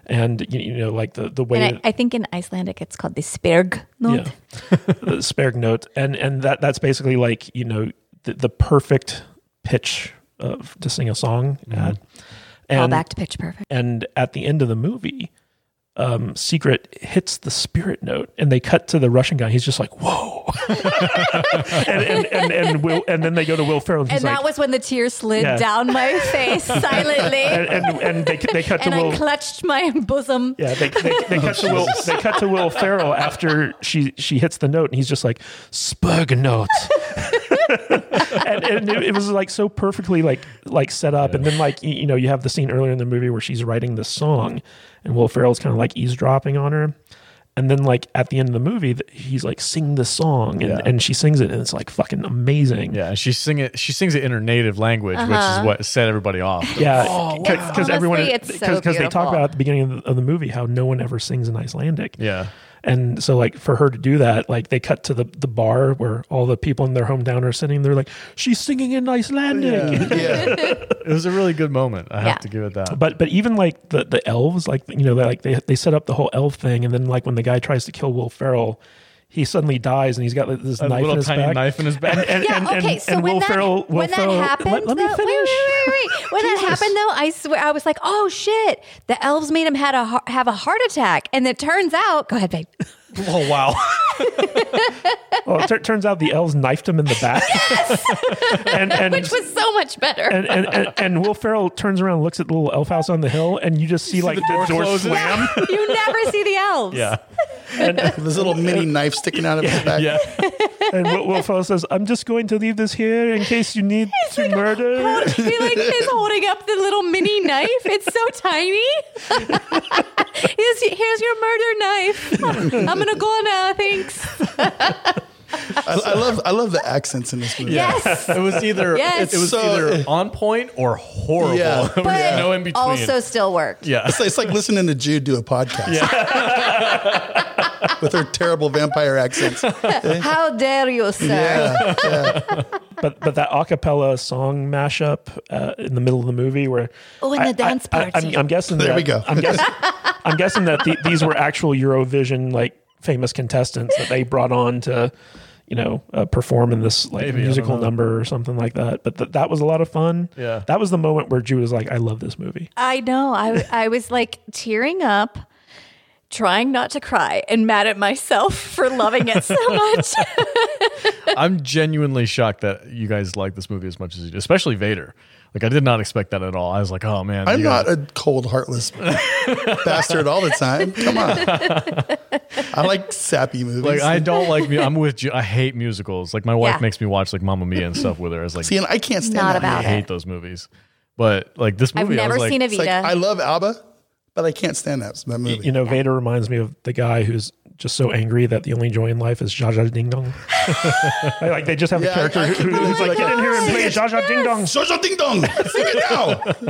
Speaker 3: and you, you know like the the way
Speaker 1: And I, I think in Icelandic it's called the sperg note.
Speaker 3: the Sperg note, and and that that's basically like you know the, the perfect pitch of to sing a song at.
Speaker 1: Call
Speaker 3: And,
Speaker 1: back to Pitch Perfect.
Speaker 3: and at the end of the movie um, secret hits the spirit note and they cut to the russian guy he's just like whoa [LAUGHS] and, and, and, and, will, and then they go to will ferrell and he's
Speaker 1: And that
Speaker 3: like
Speaker 1: was when the tears slid
Speaker 3: Yeah.
Speaker 1: down my
Speaker 3: [LAUGHS]
Speaker 1: face silently,
Speaker 3: and, and, and they, they cut to
Speaker 1: and I
Speaker 3: will
Speaker 1: clutched my bosom.
Speaker 3: yeah, they, they, they
Speaker 2: Oh,
Speaker 3: cut to Will. They cut to Will Ferrell after she she hits the note, and he's just like Spurg note, [LAUGHS] and, and it, it was like so perfectly like like set up. And then like y- you know you have the scene earlier in the movie where she's writing this song, and Will Ferrell's kind of like eavesdropping on her. And then like at the end of the movie, th- he's like sing this song, and,
Speaker 2: Yeah.
Speaker 3: and she sings it, and it's like fucking amazing.
Speaker 2: Yeah, she sing it. She sings it in her native language, which is what set
Speaker 1: [LAUGHS]
Speaker 2: everybody off.
Speaker 3: Yeah,
Speaker 2: Oh,
Speaker 3: because
Speaker 1: wow.
Speaker 3: everyone
Speaker 1: Uh-huh. Honestly, it's so
Speaker 3: because they
Speaker 1: beautiful.
Speaker 3: talk about at the beginning of the, of the movie how no one ever sings in Icelandic.
Speaker 2: Yeah,
Speaker 3: And so like for her to do that, like they cut to the, the bar where all the people in their hometown are sitting. They're like, she's singing in Icelandic.
Speaker 4: yeah.
Speaker 2: it was a really good moment. I
Speaker 1: Yeah.
Speaker 2: have to give it that.
Speaker 3: [LAUGHS] But but even like the, the elves, like you know, they like they they set up the whole elf thing, and then like when the guy tries to kill Will Ferrell, he suddenly dies and he's got like, this
Speaker 2: A
Speaker 3: knife in
Speaker 2: little
Speaker 3: his
Speaker 2: tiny
Speaker 3: back.
Speaker 2: knife in his back.
Speaker 3: [LAUGHS] And, and,
Speaker 1: Yeah.
Speaker 3: and, and-
Speaker 1: okay. So
Speaker 3: and
Speaker 1: when
Speaker 3: Will
Speaker 1: that
Speaker 3: Ferrell, Will
Speaker 1: when
Speaker 3: Ferrell,
Speaker 1: that happened,
Speaker 3: let, let me
Speaker 1: though,
Speaker 3: finish.
Speaker 1: Wait, wait, wait, wait. When that
Speaker 3: [LAUGHS] Jesus.
Speaker 1: happened, though, I swear I was like, "Oh shit!" The elves made him had a har- have a heart attack, and it turns out. Go
Speaker 3: [LAUGHS]
Speaker 1: ahead, babe.
Speaker 2: Oh wow!
Speaker 3: Well, Oh, it tur- turns out the elves knifed him in the back. and, and,
Speaker 1: Which was so much better.
Speaker 3: and, and, and, and Will Ferrell turns around, looks at the little elf house on the hill, and you just see, like
Speaker 2: the door
Speaker 3: the door
Speaker 2: closes.
Speaker 3: slam.
Speaker 1: [LAUGHS] you never see the elves.
Speaker 2: yeah,
Speaker 4: With this little [LAUGHS] mini knife sticking out of his back.
Speaker 2: yeah.
Speaker 3: And Will, Will Ferrell says, "I'm just going to leave this here in case you need to murder."
Speaker 1: [LAUGHS] He like is holding up the little mini knife. It's so tiny. [LAUGHS] here's, here's your murder knife. I'm gonna go now. Thanks.
Speaker 4: I, I love I love the accents in this
Speaker 3: [LAUGHS]
Speaker 4: movie.
Speaker 1: Yes.
Speaker 2: It was either
Speaker 1: Yes.
Speaker 2: it was
Speaker 4: So-
Speaker 2: either on point or horrible. [LAUGHS]
Speaker 4: Yeah.
Speaker 2: There was
Speaker 1: But
Speaker 2: no in between.
Speaker 1: Also, still worked.
Speaker 2: yeah.
Speaker 4: It's like, it's like listening to Jude do a podcast [LAUGHS] with her terrible vampire accents.
Speaker 1: How dare you, sir?
Speaker 4: Yeah.
Speaker 3: but but that acapella song mashup uh, in the middle of the movie where
Speaker 1: Oh, and the dance
Speaker 3: I,
Speaker 1: party.
Speaker 3: am guessing
Speaker 4: There
Speaker 3: that,
Speaker 4: we go.
Speaker 3: I'm
Speaker 1: [LAUGHS]
Speaker 3: guessing I'm guessing that the, these were actual Eurovision like famous contestants that they brought on to you know uh, perform in this like
Speaker 2: Maybe, I
Speaker 3: musical
Speaker 2: don't know.
Speaker 3: number or something like that. But th- that was a lot of fun.
Speaker 2: Yeah.
Speaker 3: that was the moment where Jude was like, "I love this movie."
Speaker 1: I know. I, I was like tearing up, trying not to cry, and mad at myself [LAUGHS] for loving it so
Speaker 4: [LAUGHS]
Speaker 1: much.
Speaker 2: I'm genuinely shocked that you guys like this movie as much as you do, especially Vader. Like I did not expect that at all. I was like, oh man,
Speaker 4: I'm
Speaker 2: you guys-
Speaker 4: not a cold, heartless bastard all the time. Come on.
Speaker 1: [LAUGHS]
Speaker 4: I like sappy movies.
Speaker 2: Like I don't like. mu- I'm with. Ju- I hate musicals. Like my wife
Speaker 1: Yeah.
Speaker 2: makes me watch like Mamma Mia and stuff with her. I was like,
Speaker 4: See, and I can't stand
Speaker 1: Not
Speaker 4: that.
Speaker 2: I
Speaker 1: about
Speaker 2: hate those movies. But like this
Speaker 1: I've
Speaker 2: movie, I
Speaker 1: never
Speaker 2: was like,
Speaker 1: seen a
Speaker 4: It's
Speaker 1: Vita.
Speaker 4: like I love Abba, but I can't stand that, that movie.
Speaker 3: You know, Vader reminds me of the guy who's just so angry that the only joy in life is Zsa Zsa Ding
Speaker 1: [LAUGHS]
Speaker 3: Dong. [LAUGHS] Like, like they just have
Speaker 4: Yeah,
Speaker 3: a
Speaker 4: I-
Speaker 3: character
Speaker 4: I
Speaker 3: who-
Speaker 4: can
Speaker 3: who's
Speaker 1: Oh
Speaker 4: relate
Speaker 3: like,
Speaker 4: to
Speaker 3: "Get in here and play Zsa Zsa Ding Dong."
Speaker 4: Jojo Ding Dong, sing it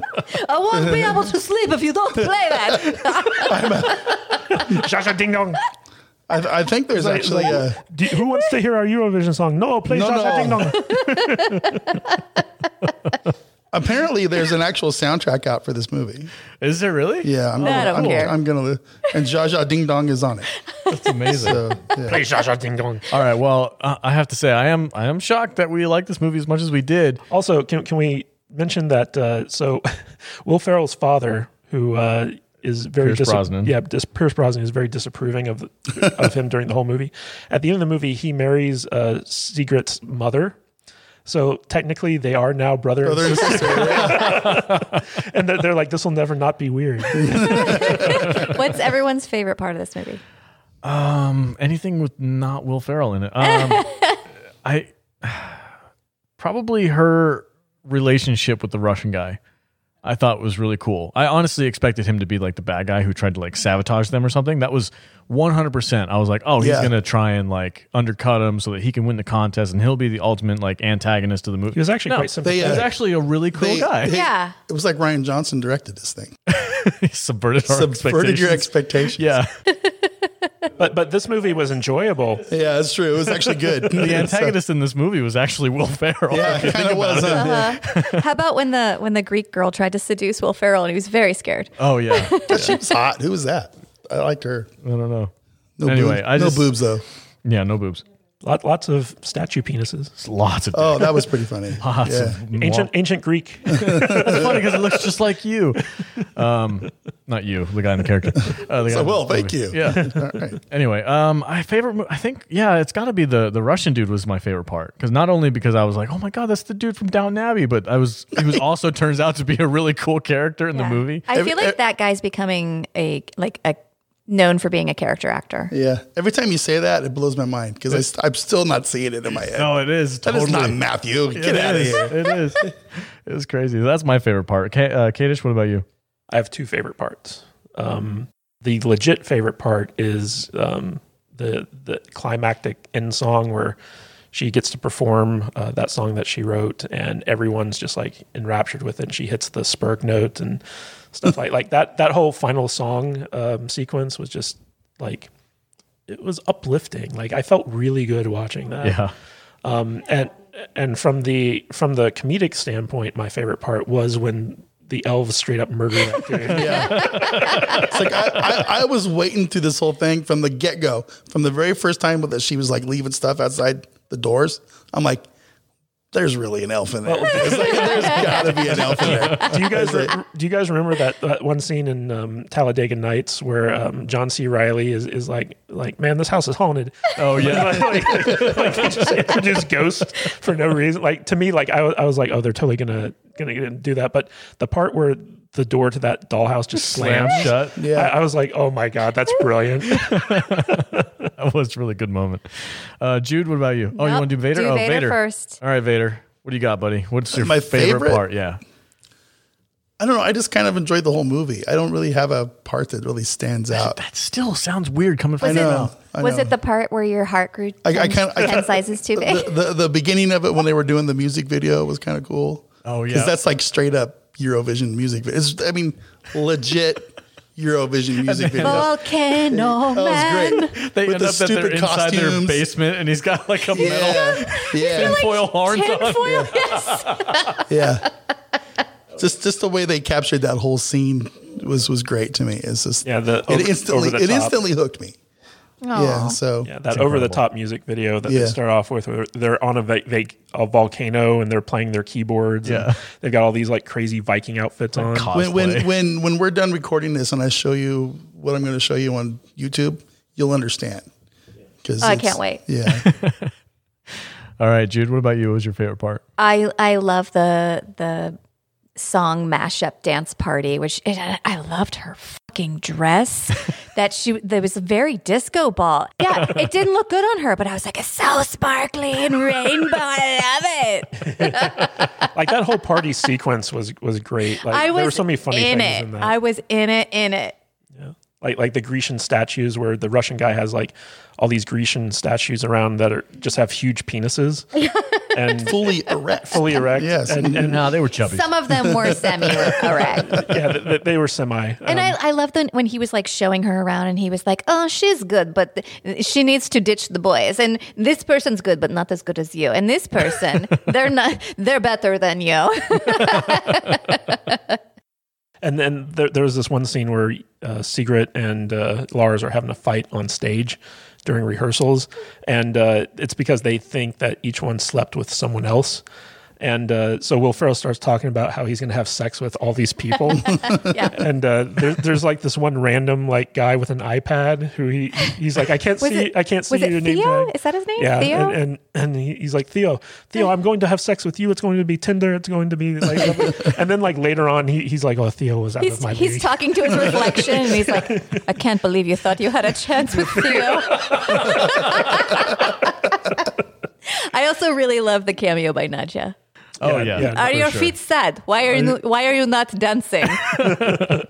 Speaker 4: now. [LAUGHS]
Speaker 1: I won't be able to sleep if you don't play that.
Speaker 3: Zsa Zsa Ding Dong.
Speaker 4: I, I think there's actually a.
Speaker 3: Do- who wants to hear our Eurovision song? No, play
Speaker 4: No,
Speaker 3: Zsa Zsa
Speaker 4: no.
Speaker 3: Ding
Speaker 4: [LAUGHS]
Speaker 3: Dong.
Speaker 4: Apparently, there's an actual soundtrack out for this movie.
Speaker 2: is there really?
Speaker 4: Yeah, I'm.
Speaker 1: I don't
Speaker 4: I'm,
Speaker 1: care.
Speaker 4: I'm gonna. And Zsa Zsa Ding Dong is on it.
Speaker 2: That's amazing. [LAUGHS]
Speaker 4: So, yeah.
Speaker 3: Play Zsa Zsa Ding Dong.
Speaker 2: all right. Well, uh, I have to say, I am. I am shocked that we like this movie as much as we did.
Speaker 3: Also, can, can we mention that? Uh, so, [LAUGHS] Will Ferrell's father, who uh, is very
Speaker 2: Pierce Brosnan.
Speaker 3: yeah, dis- Pierce Brosnan is very disapproving of of him during the whole movie. At the end of the movie, he marries uh, Secret's mother. So technically, they are now brother, and
Speaker 4: Brother and sister, yeah.
Speaker 3: sister. [LAUGHS] and they're, they're like, "This will never not be weird."
Speaker 1: What's everyone's favorite part of this movie?
Speaker 2: Anything with not Will Ferrell in it. Um, I probably her relationship with the Russian guy. I thought was really cool. I honestly expected him to be like the bad guy who tried to like sabotage them or something. That was 100%. I was like, "Oh, he's
Speaker 4: Yeah.
Speaker 2: going to try and like undercut him so that he can win the contest and he'll be the ultimate like antagonist of the movie."
Speaker 3: He was actually
Speaker 2: No,
Speaker 3: quite
Speaker 4: They,
Speaker 3: sympathetic.
Speaker 4: uh,
Speaker 2: He's actually a really cool
Speaker 4: They-
Speaker 2: guy. [LAUGHS]
Speaker 4: they-
Speaker 1: Yeah.
Speaker 4: It was like Ryan Johnson directed this thing.
Speaker 2: he subverted our
Speaker 4: Subverted your
Speaker 2: expectations.
Speaker 4: expectations. [LAUGHS]
Speaker 2: Yeah.
Speaker 3: But but this movie was enjoyable.
Speaker 4: yeah, that's true. It was actually good.
Speaker 2: [LAUGHS] The antagonist in this movie was actually Will Ferrell.
Speaker 4: yeah, it kind of was. huh?
Speaker 1: How about when the when the Greek girl tried to seduce Will Ferrell and he was very scared?
Speaker 2: [LAUGHS] Oh yeah. I
Speaker 4: Yeah. She was hot. Who was that? I liked her.
Speaker 2: don't know.
Speaker 4: No
Speaker 2: Anyway,
Speaker 4: boobs.
Speaker 2: I
Speaker 4: no
Speaker 2: just-
Speaker 4: boobs though.
Speaker 2: Yeah, no boobs.
Speaker 3: Lot, lots of statue penises.
Speaker 2: It's lots of
Speaker 4: Oh, that was
Speaker 2: [LAUGHS]
Speaker 4: pretty funny.
Speaker 2: lots
Speaker 4: yeah.
Speaker 2: of mwa-
Speaker 3: Ancient ancient Greek.
Speaker 2: It's funny because it looks just like [LAUGHS] you. Um, not you, the guy in the character. Uh, the guy
Speaker 4: So,
Speaker 2: in the
Speaker 4: well, thank
Speaker 2: movie.
Speaker 4: you.
Speaker 2: Yeah.
Speaker 4: [LAUGHS] All right.
Speaker 2: Anyway, um, my favorite. mo- I think yeah, it's got to be the the Russian dude was my favorite part because not only because I was like, oh my god, that's the dude from Downton Abbey, but I was he
Speaker 4: [LAUGHS]
Speaker 2: was also turns out to be a really cool character in the movie.
Speaker 1: I
Speaker 4: Every- e-,
Speaker 1: feel like
Speaker 4: ev-
Speaker 1: that guy's becoming a like a known for being a character actor.
Speaker 4: Yeah. Every time you say that, it blows my mind because I'm still not seeing it in my head.
Speaker 2: No, it is
Speaker 4: That
Speaker 2: totally.
Speaker 4: is not Matthew. Get
Speaker 2: It
Speaker 4: out of
Speaker 2: is.
Speaker 4: here.
Speaker 2: It is. [LAUGHS] It was crazy. That's my favorite part. Ka- uh, Kadish, what about you?
Speaker 3: I have two favorite parts. Um, the legit favorite part is um, the the climactic end song where she gets to perform uh, that song that she wrote, and everyone's just like enraptured with it. And she hits the Spurg note and stuff like like that. That whole final song um, sequence was just like it was uplifting. Like I felt really good watching that.
Speaker 2: Yeah.
Speaker 3: Um, and and from the from the comedic standpoint, my favorite part was when the elves straight up murder that dude.
Speaker 4: Yeah. it's like I, I, I was waiting through this whole thing from the get go, from the very first time that she was like leaving stuff outside the doors. I'm like, there's really an elf in there. It's
Speaker 2: [LAUGHS]
Speaker 4: like, there's gotta be an elf in there.
Speaker 3: do you guys re- do you guys remember that, that one scene in um, Talladega Nights where um, John C. Riley is, is like like man this house is haunted oh yeah [LAUGHS] like, like they just introduce ghosts for no reason like to me like I, wa- I was like oh they're totally gonna gonna do that but the part where the door to that dollhouse just slams
Speaker 2: Slam shut.
Speaker 4: Yeah.
Speaker 3: I, I was like oh my god that's brilliant
Speaker 2: [LAUGHS] That was a really good moment. Uh, Jude, what about you? Oh, you
Speaker 1: Nope.
Speaker 2: want to do Vader?
Speaker 1: Do
Speaker 2: oh,
Speaker 1: Vader first.
Speaker 2: All right, Vader. What do you got, buddy? What's your
Speaker 4: Uh, My
Speaker 2: favorite,
Speaker 4: favorite?
Speaker 2: part? Yeah.
Speaker 4: I don't know. I just kind of enjoyed the whole movie. I don't really have a part that really stands out.
Speaker 2: That still sounds weird coming from
Speaker 1: Was
Speaker 2: you.
Speaker 1: it,
Speaker 4: know, I
Speaker 1: was
Speaker 4: know.
Speaker 1: it the part where your heart grew
Speaker 4: I,
Speaker 1: 10,
Speaker 4: I kind of I,
Speaker 1: 10 sizes too big?
Speaker 4: The, the, the beginning of it when they were doing the music video was kind of cool.
Speaker 2: Oh, yeah.
Speaker 4: because that's like straight up Eurovision music. vi- It's I mean legit
Speaker 2: [LAUGHS]
Speaker 4: Eurovision music
Speaker 1: [LAUGHS]
Speaker 4: video.
Speaker 1: Volcano
Speaker 4: [LAUGHS] that
Speaker 1: man.
Speaker 4: was great.
Speaker 2: They
Speaker 4: With
Speaker 2: end
Speaker 4: the
Speaker 2: up that they're
Speaker 4: stupid
Speaker 2: inside their
Speaker 4: costumes.
Speaker 2: basement, and he's got like a [LAUGHS] metal
Speaker 4: Yeah, yeah,
Speaker 2: foil horns on.
Speaker 1: Tinfoil, yes.
Speaker 4: yeah. [LAUGHS] Just just the way they captured that whole scene was was great to me. It's just
Speaker 3: Yeah, the over-
Speaker 4: it instantly
Speaker 3: over the
Speaker 4: it
Speaker 3: top.
Speaker 4: instantly hooked me. Yeah,
Speaker 1: Aw.
Speaker 4: so
Speaker 3: Yeah, that over the top music video that
Speaker 4: Yeah.
Speaker 3: they start off with, where they're on a, va- va- a volcano and they're playing their keyboards.
Speaker 2: Yeah.
Speaker 3: and they've got all these like crazy Viking outfits on.
Speaker 4: when
Speaker 2: Cosplay.
Speaker 4: when when when we're done recording this and I show you what I'm going to show you on YouTube, you'll understand. 'Cause
Speaker 1: Oh, I
Speaker 4: it's-
Speaker 1: can't wait.
Speaker 4: Yeah.
Speaker 2: All right, Jude. What about you? What was your favorite part?
Speaker 1: I I love the the song mashup dance party, which and I I loved her fucking [LAUGHS] dress. that she there was a very disco ball. [LAUGHS] Yeah, it didn't look good on her, but I was like, it's so sparkly and rainbow. I love it.
Speaker 3: like that whole party sequence was was great. Like
Speaker 1: I was
Speaker 3: there were so many funny
Speaker 1: in
Speaker 3: things
Speaker 1: it.
Speaker 3: in that.
Speaker 1: I was in it, in it.
Speaker 3: like like the Grecian statues where the Russian guy has like all these Grecian statues around that are just have
Speaker 1: [LAUGHS]
Speaker 3: huge penises and
Speaker 4: fully erect.
Speaker 3: fully erect.
Speaker 4: Yes.
Speaker 3: Oh, and, and
Speaker 2: No, they were chubby.
Speaker 1: Some of them were semi [LAUGHS] correct.
Speaker 3: yeah, th- th- they were semi.
Speaker 1: And
Speaker 3: um,
Speaker 1: I, I love the, when he was like showing her around and he was like, oh, she's good, but th- she needs to ditch the boys. And this person's good, but not as good as you. And this person, they're not, they're better than you.
Speaker 3: And then there, there was this one scene where uh, Secret and uh, Lars are having a fight on stage during rehearsals, and uh, it's because they think that each one slept with someone else. And uh, so Will Ferrell starts talking about how he's going to have sex with all
Speaker 1: [LAUGHS]
Speaker 3: these people, and uh, there, there's like this one random like guy with an iPad who he he's like I can't
Speaker 1: Was
Speaker 3: see
Speaker 1: it-
Speaker 3: I can't see
Speaker 1: was it
Speaker 3: your name
Speaker 1: Theo?
Speaker 3: tag."
Speaker 1: Is that his name?
Speaker 3: Yeah,
Speaker 1: Theo?
Speaker 3: and- and and he, he's like Theo, Theo, I'm going to have sex with you. It's going to be Tinder. It's going to be like, [LAUGHS] and then like later on, he, he's like, oh, Theo was out of
Speaker 1: he's,
Speaker 3: my
Speaker 1: he's
Speaker 3: league.
Speaker 1: talking to his reflection and he's like, I can't believe you thought you had a chance with Theo. [LAUGHS] I also really love the cameo by Nadja.
Speaker 2: oh yeah.
Speaker 3: Yeah, yeah.
Speaker 1: Are
Speaker 2: for
Speaker 1: your
Speaker 2: sure.
Speaker 1: feet sad? Why are, you, why are you not dancing?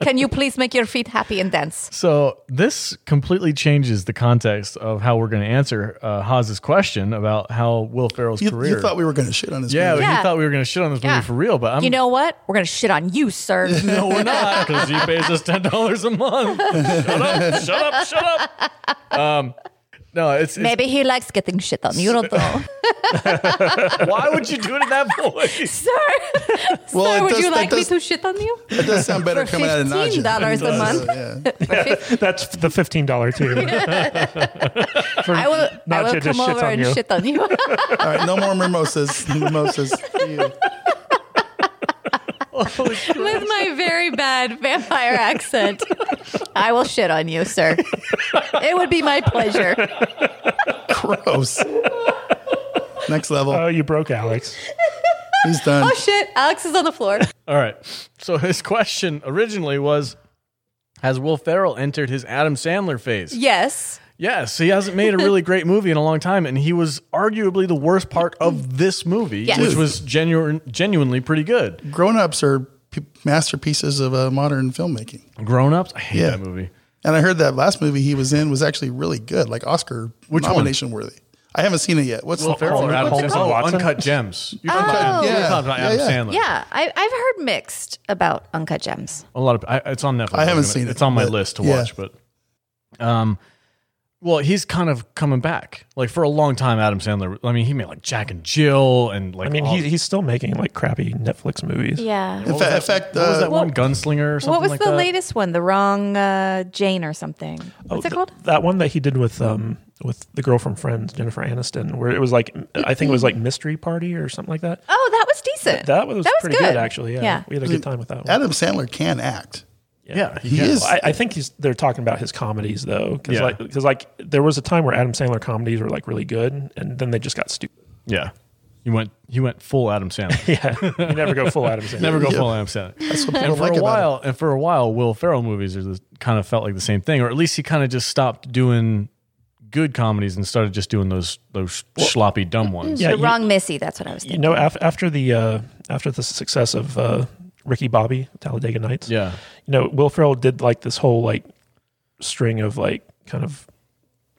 Speaker 1: Can you please make your feet happy and dance?
Speaker 2: So this completely changes the context of how we're going to answer uh, Haas's question about how Will Ferrell's
Speaker 4: You,
Speaker 2: career.
Speaker 4: you thought we were going to shit on his
Speaker 2: yeah,
Speaker 4: movie.
Speaker 1: Yeah.
Speaker 2: you thought we were going to shit on this
Speaker 1: Yeah.
Speaker 2: movie for real, but I'm
Speaker 1: You know what? We're going to shit on you, sir.
Speaker 2: No, we're [LAUGHS] not, because he pays us ten dollars a month. shut up! Shut up! Shut up! Um, no, it's, it's
Speaker 1: Maybe he likes getting shit on. You [LAUGHS]
Speaker 3: [LAUGHS]
Speaker 1: don't know.
Speaker 2: why would you do it in that voice?
Speaker 1: Sir,
Speaker 4: Well,
Speaker 1: sir
Speaker 4: it
Speaker 1: would
Speaker 4: does-
Speaker 1: you
Speaker 4: that
Speaker 1: like me
Speaker 4: does-
Speaker 1: to shit on you?
Speaker 4: It does sound better
Speaker 1: For
Speaker 4: coming out of Najee.
Speaker 1: $15 a month.
Speaker 3: [LAUGHS]
Speaker 4: Yeah.
Speaker 3: That's the fifteen
Speaker 1: [LAUGHS]
Speaker 3: dollar tier.
Speaker 1: I will, I
Speaker 3: Nadja
Speaker 1: will
Speaker 3: just
Speaker 1: come
Speaker 3: shits
Speaker 1: over
Speaker 3: on
Speaker 1: and
Speaker 3: you.
Speaker 1: shit on
Speaker 3: [LAUGHS]
Speaker 1: you. [LAUGHS]
Speaker 4: All right, no more mimosas. Mimosas. for you.
Speaker 1: With my very bad vampire accent. I will shit on you, sir. It would be my
Speaker 3: [LAUGHS]
Speaker 1: pleasure. [LAUGHS]
Speaker 4: Gross. Next level.
Speaker 3: Oh, you broke Alex.
Speaker 4: He's done.
Speaker 1: Oh, shit. Alex is on the floor.
Speaker 2: All right. So his question originally was. Has Will Ferrell entered his Adam Sandler phase?
Speaker 1: Yes.
Speaker 2: Yes, he hasn't made a really great movie in a long time, and he was arguably the worst part of this movie,
Speaker 1: Yes.
Speaker 2: which was genuine, genuinely pretty good.
Speaker 4: Grown ups are p- masterpieces of uh, modern filmmaking.
Speaker 2: Grown ups, I hate
Speaker 4: Yeah.
Speaker 2: that movie.
Speaker 4: And I heard that last movie he was in was actually really good, like Oscar
Speaker 2: Which one?
Speaker 4: nomination worthy. I haven't seen it yet. What's the
Speaker 2: or Adam
Speaker 3: What's it
Speaker 2: Sandler?
Speaker 3: called?
Speaker 2: Oh,
Speaker 3: Watson?
Speaker 2: Uncut Gems. You're
Speaker 1: Uncut-
Speaker 2: talking,
Speaker 4: yeah.
Speaker 2: you're talking about
Speaker 4: Oh. Yeah,
Speaker 2: Adam
Speaker 4: yeah.
Speaker 2: Sandler.
Speaker 1: Yeah. I, I've heard mixed about Uncut Gems.
Speaker 2: a lot of I, it's on Netflix.
Speaker 4: I haven't
Speaker 2: I'm gonna-
Speaker 4: seen it,
Speaker 2: It's on my
Speaker 4: but-
Speaker 2: list to
Speaker 4: yeah.
Speaker 2: watch, but um, Well, he's kind of coming back. Like for a long time, Adam Sandler. I mean, he made like Jack and Jill, and like
Speaker 3: I mean,
Speaker 2: all-
Speaker 3: he, he's still making like crappy Netflix movies.
Speaker 1: Yeah.
Speaker 4: In fact, in fact
Speaker 2: what was
Speaker 4: uh,
Speaker 2: that one gunslinger or something?
Speaker 1: What was
Speaker 2: like
Speaker 1: the
Speaker 2: that?
Speaker 1: latest one? The wrong uh, Jane or something. What's it
Speaker 3: th-
Speaker 1: called?
Speaker 3: That one that he did with um with the girl from Friends, Jennifer Aniston, where it was like I think it was like mystery party or something like that.
Speaker 1: Oh, that was decent.
Speaker 3: That was, pretty good. actually. Yeah.
Speaker 1: Yeah.
Speaker 3: we had a good time with that one.
Speaker 4: Adam Sandler can act.
Speaker 2: Yeah,
Speaker 4: He is.
Speaker 3: I, I think he's they're talking about his comedies though, because
Speaker 2: Yeah.
Speaker 3: like because like there was a time where Adam Sandler comedies were like really good, and then they just got stupid.
Speaker 2: Yeah, he went. He went full Adam Sandler.
Speaker 3: [LAUGHS] Yeah, you never go full Adam Sandler.
Speaker 2: Never go
Speaker 4: Yeah.
Speaker 2: full Adam Sandler.
Speaker 4: That's what people
Speaker 2: and for
Speaker 4: like
Speaker 2: a
Speaker 4: about him.
Speaker 2: while, and for a while, Will Ferrell movies are the, kind of felt like the same thing, or at least he kind of just stopped doing good comedies and started just doing those those sloppy dumb ones.
Speaker 3: Yeah,
Speaker 1: the
Speaker 3: you-
Speaker 1: wrong Missy. That's what I was
Speaker 3: You
Speaker 1: thinking.
Speaker 3: know, af- after the uh, after the success of uh, Ricky Bobby Talladega Nights,
Speaker 2: yeah,
Speaker 3: you know, Will Ferrell did like this whole like string of like kind of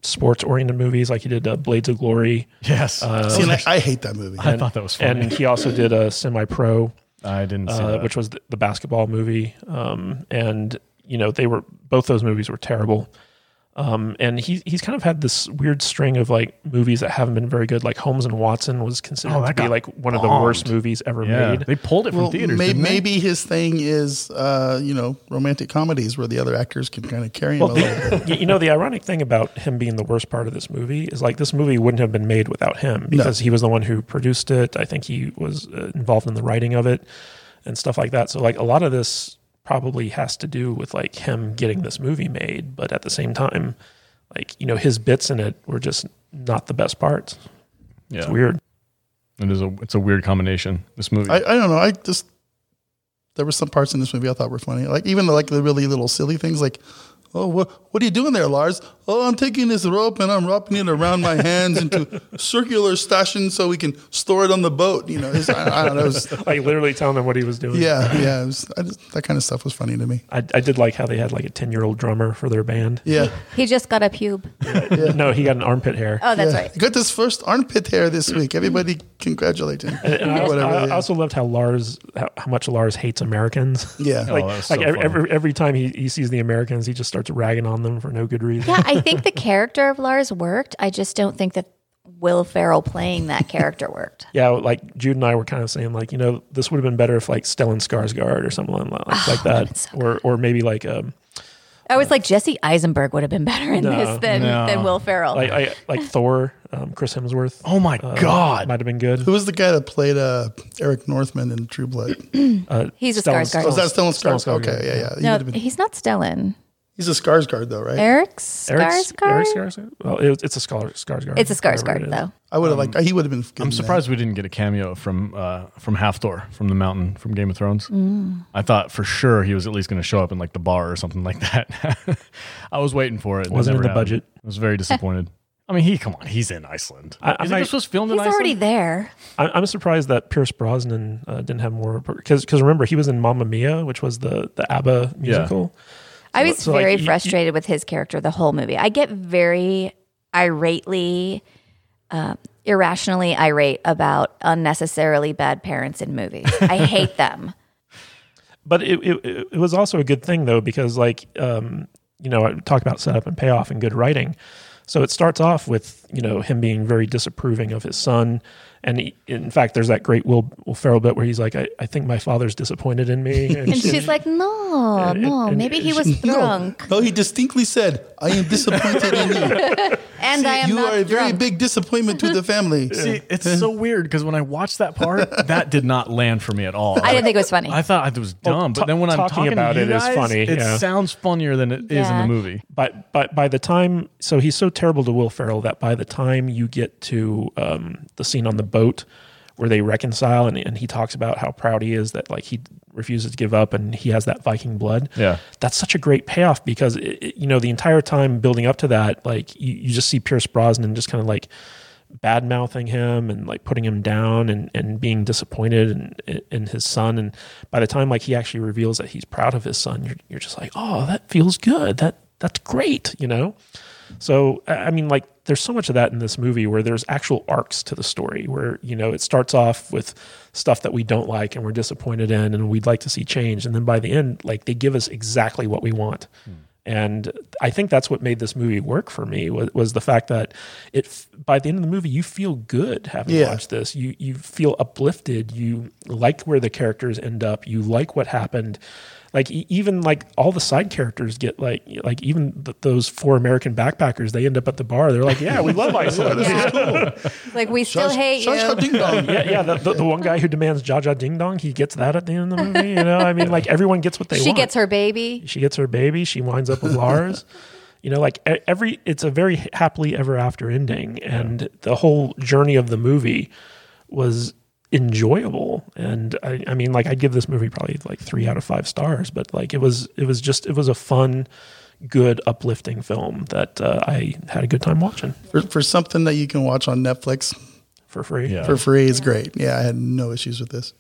Speaker 3: sports oriented movies, like he did uh, Blades of Glory,
Speaker 2: yes.
Speaker 3: Uh,
Speaker 4: See, and I, I hate that movie.
Speaker 2: I thought that was funny.
Speaker 3: and he also did uh, a Semi Pro,
Speaker 2: I didn't see
Speaker 3: uh,
Speaker 2: that.
Speaker 3: which was the, the basketball movie, um, and you know they were both those movies were terrible. Um, and he he's kind of had this weird string of like movies that haven't been very good. Like Holmes and Watson was considered
Speaker 2: Oh, that
Speaker 3: to be
Speaker 2: got
Speaker 3: like one of the
Speaker 2: bombed.
Speaker 3: worst movies ever
Speaker 2: yeah,
Speaker 3: made.
Speaker 2: they pulled it from
Speaker 4: Well,
Speaker 2: theaters.
Speaker 4: may,
Speaker 2: didn't they?
Speaker 4: maybe his thing is, uh, you know, romantic comedies where the other actors can kind of carry him
Speaker 3: Well,
Speaker 4: a little bit.
Speaker 3: the, you- you know, the ironic thing about him being the worst part of this movie is like this movie wouldn't have been made without him because he was the one who produced it. I think he was uh, involved in the writing of it and stuff like that. So, like, a lot of this probably has to do with like him getting this movie made, but at the same time, like, you know, his bits in it were just not the best parts.
Speaker 2: yeah.
Speaker 3: It's weird.
Speaker 2: It is a it's a weird combination. This movie.
Speaker 4: I, I don't know. I just there were some parts in this movie I thought were funny, like even like the really little silly things, like. Oh, what, what are you doing there, Lars? Oh, I'm taking this rope and I'm wrapping it around my hands into circular stations so we can store it on the boat. You know, it's- I, I don't know. It was,
Speaker 3: Like, literally telling him what he was doing.
Speaker 4: yeah, yeah. It was, I just, that kind of stuff was funny to me.
Speaker 3: I, I did like how they had like a 10 year old drummer for their band.
Speaker 4: Yeah.
Speaker 1: He just got a pube.
Speaker 3: [LAUGHS] No, he got an armpit hair.
Speaker 1: Oh, that's right.
Speaker 4: Got this first armpit hair this week. Everybody congratulate him. [LAUGHS]
Speaker 3: And I,
Speaker 4: Whatever,
Speaker 3: I
Speaker 4: yeah.
Speaker 3: also loved how Lars, how, how much Lars hates Americans.
Speaker 4: yeah.
Speaker 2: Oh,
Speaker 3: [LAUGHS] like,
Speaker 2: that was so
Speaker 3: like every,
Speaker 2: funny.
Speaker 3: every every time he, he sees the Americans, he just starts ragging on them for no good reason.
Speaker 1: Yeah, I think the character of Lars worked. I just don't think that Will Ferrell playing that character worked.
Speaker 3: Yeah, like Jude and I were kind of saying, like you know, this would have been better if like Stellan Skarsgård or someone
Speaker 1: Oh,
Speaker 3: like, like that, or or maybe like um
Speaker 1: I was like, Jesse Eisenberg would have been better in
Speaker 3: No,
Speaker 1: this than,
Speaker 2: no.
Speaker 1: than Will Ferrell. [LAUGHS]
Speaker 3: like I, like Thor, um, Chris Hemsworth.
Speaker 2: oh my god!
Speaker 3: might have been good.
Speaker 4: Who was the guy that played uh, Eric Northman in True Blood?
Speaker 1: he's a
Speaker 3: Stellan-
Speaker 1: Skarsgård.
Speaker 4: Was that Stellan Skarsgård?
Speaker 3: Skarsgård,
Speaker 4: Okay, yeah, yeah. He
Speaker 1: no,
Speaker 4: would've been-
Speaker 1: he's not Stellan.
Speaker 4: he's a Skarsgård though, right?
Speaker 1: Eric
Speaker 3: Eric
Speaker 1: Skarsgård?
Speaker 3: Eric Skarsgård. Well, it, it's a scholar, Skarsgård.
Speaker 1: It's a
Speaker 3: whatever
Speaker 1: Skarsgård,
Speaker 3: it is.
Speaker 1: though.
Speaker 4: I would have liked. He would have been. good in
Speaker 2: Um, I'm
Speaker 4: that.
Speaker 2: surprised we didn't get a cameo from uh, from Halfdor from the mountain from Game of Thrones. I thought for sure he was at least going to show up in like the bar or something like that. [LAUGHS] I was waiting for it. and it
Speaker 3: Wasn't in
Speaker 2: never
Speaker 3: the budget.
Speaker 2: I was very disappointed. I mean, he come on, he's in Iceland.
Speaker 3: I- I
Speaker 2: Isn't
Speaker 3: might-
Speaker 2: this was filmed in
Speaker 1: He's
Speaker 2: Iceland?
Speaker 1: already there.
Speaker 3: I- I'm surprised that Pierce Brosnan uh, didn't have more because because remember he was in Mamma Mia, which was the the ABBA musical.
Speaker 1: I was
Speaker 3: so, like,
Speaker 1: very
Speaker 3: you- you-
Speaker 1: frustrated with his character the whole movie. I get very irately, um, irrationally irate about unnecessarily bad parents in movies. I hate them.
Speaker 3: but it, it it was also a good thing though because like um you know I talk about setup and payoff and good writing so it starts off with you know him being very disapproving of his son and he, in fact there's that great will, will ferrell bit where he's like I, I think my father's disappointed in me and,
Speaker 1: And she's like, no,
Speaker 3: and-
Speaker 1: no,
Speaker 3: and-
Speaker 1: maybe he was
Speaker 4: [LAUGHS] No,
Speaker 1: drunk.
Speaker 4: No, he distinctly said, "I am disappointed
Speaker 1: [LAUGHS]
Speaker 4: in you.
Speaker 1: And I am
Speaker 4: you
Speaker 1: not
Speaker 4: are a very
Speaker 1: drunk.
Speaker 4: big disappointment to the
Speaker 1: [LAUGHS]
Speaker 4: family."
Speaker 2: See, it's so weird because when I watched that part, [LAUGHS] that did not land for me at all.
Speaker 1: I didn't think it was funny.
Speaker 2: I thought it was dumb,
Speaker 3: ta-
Speaker 2: but then when I'm
Speaker 3: talking
Speaker 2: Oh, talking
Speaker 3: about
Speaker 2: to you
Speaker 3: it is
Speaker 2: guys,
Speaker 3: funny,
Speaker 2: It
Speaker 3: yeah.
Speaker 2: sounds funnier than it is in
Speaker 1: Yeah.
Speaker 2: the movie.
Speaker 3: by, by by the time so he's so terrible to will ferrell that by the time you get to um the scene on the boat where they reconcile and, and he talks about how proud he is that like he refuses to give up and he has that viking blood
Speaker 2: Yeah.
Speaker 3: that's such a great payoff because it, it- you know the entire time building up to that like you, you just see pierce brosnan just kind of like bad mouthing him and like putting him down and and being disappointed in, in his son and by the time like he actually reveals that he's proud of his son you're, you're just like oh that feels good that that's great you know so I I mean, like, there's so much of that in this movie where there's actual arcs to the story, where you know it starts off with stuff that we don't like and we're disappointed in, and we'd like to see change, and then by the end, like, they give us exactly what we want, And I think that's what made this movie work for me was, was the fact that it f- by the end of the movie you feel good having
Speaker 4: Yeah.
Speaker 3: watched this. You you feel uplifted. You like where the characters end up. You like what happened. Like e- even like all the side characters get like like even th- those four American backpackers they end up at the bar. They're like, [LAUGHS] yeah, we love Iceland. yeah,
Speaker 1: Like we still
Speaker 4: Shush-
Speaker 1: hate
Speaker 4: shush,
Speaker 1: you.
Speaker 4: ding
Speaker 2: [LAUGHS]
Speaker 4: dong.
Speaker 3: yeah. The, the, the one guy who demands Jaja Ding Dong, he gets that at the end of the movie. You know, I mean, like everyone gets what they
Speaker 1: She
Speaker 3: want.
Speaker 1: gets her baby.
Speaker 3: She gets her baby. She winds
Speaker 2: [LAUGHS]
Speaker 3: up with Lars. You know, like e- every, it's a very happily ever after ending, and the whole journey of the movie was enjoyable. And I, I mean, like I'd give this movie probably like three out of five stars, but like it was, it was just, it was a fun, good, uplifting film that uh, I had a good time watching
Speaker 4: For, for something that you can watch on Netflix
Speaker 3: for free.
Speaker 2: Yeah.
Speaker 4: for free is great. Yeah, I had no issues with this.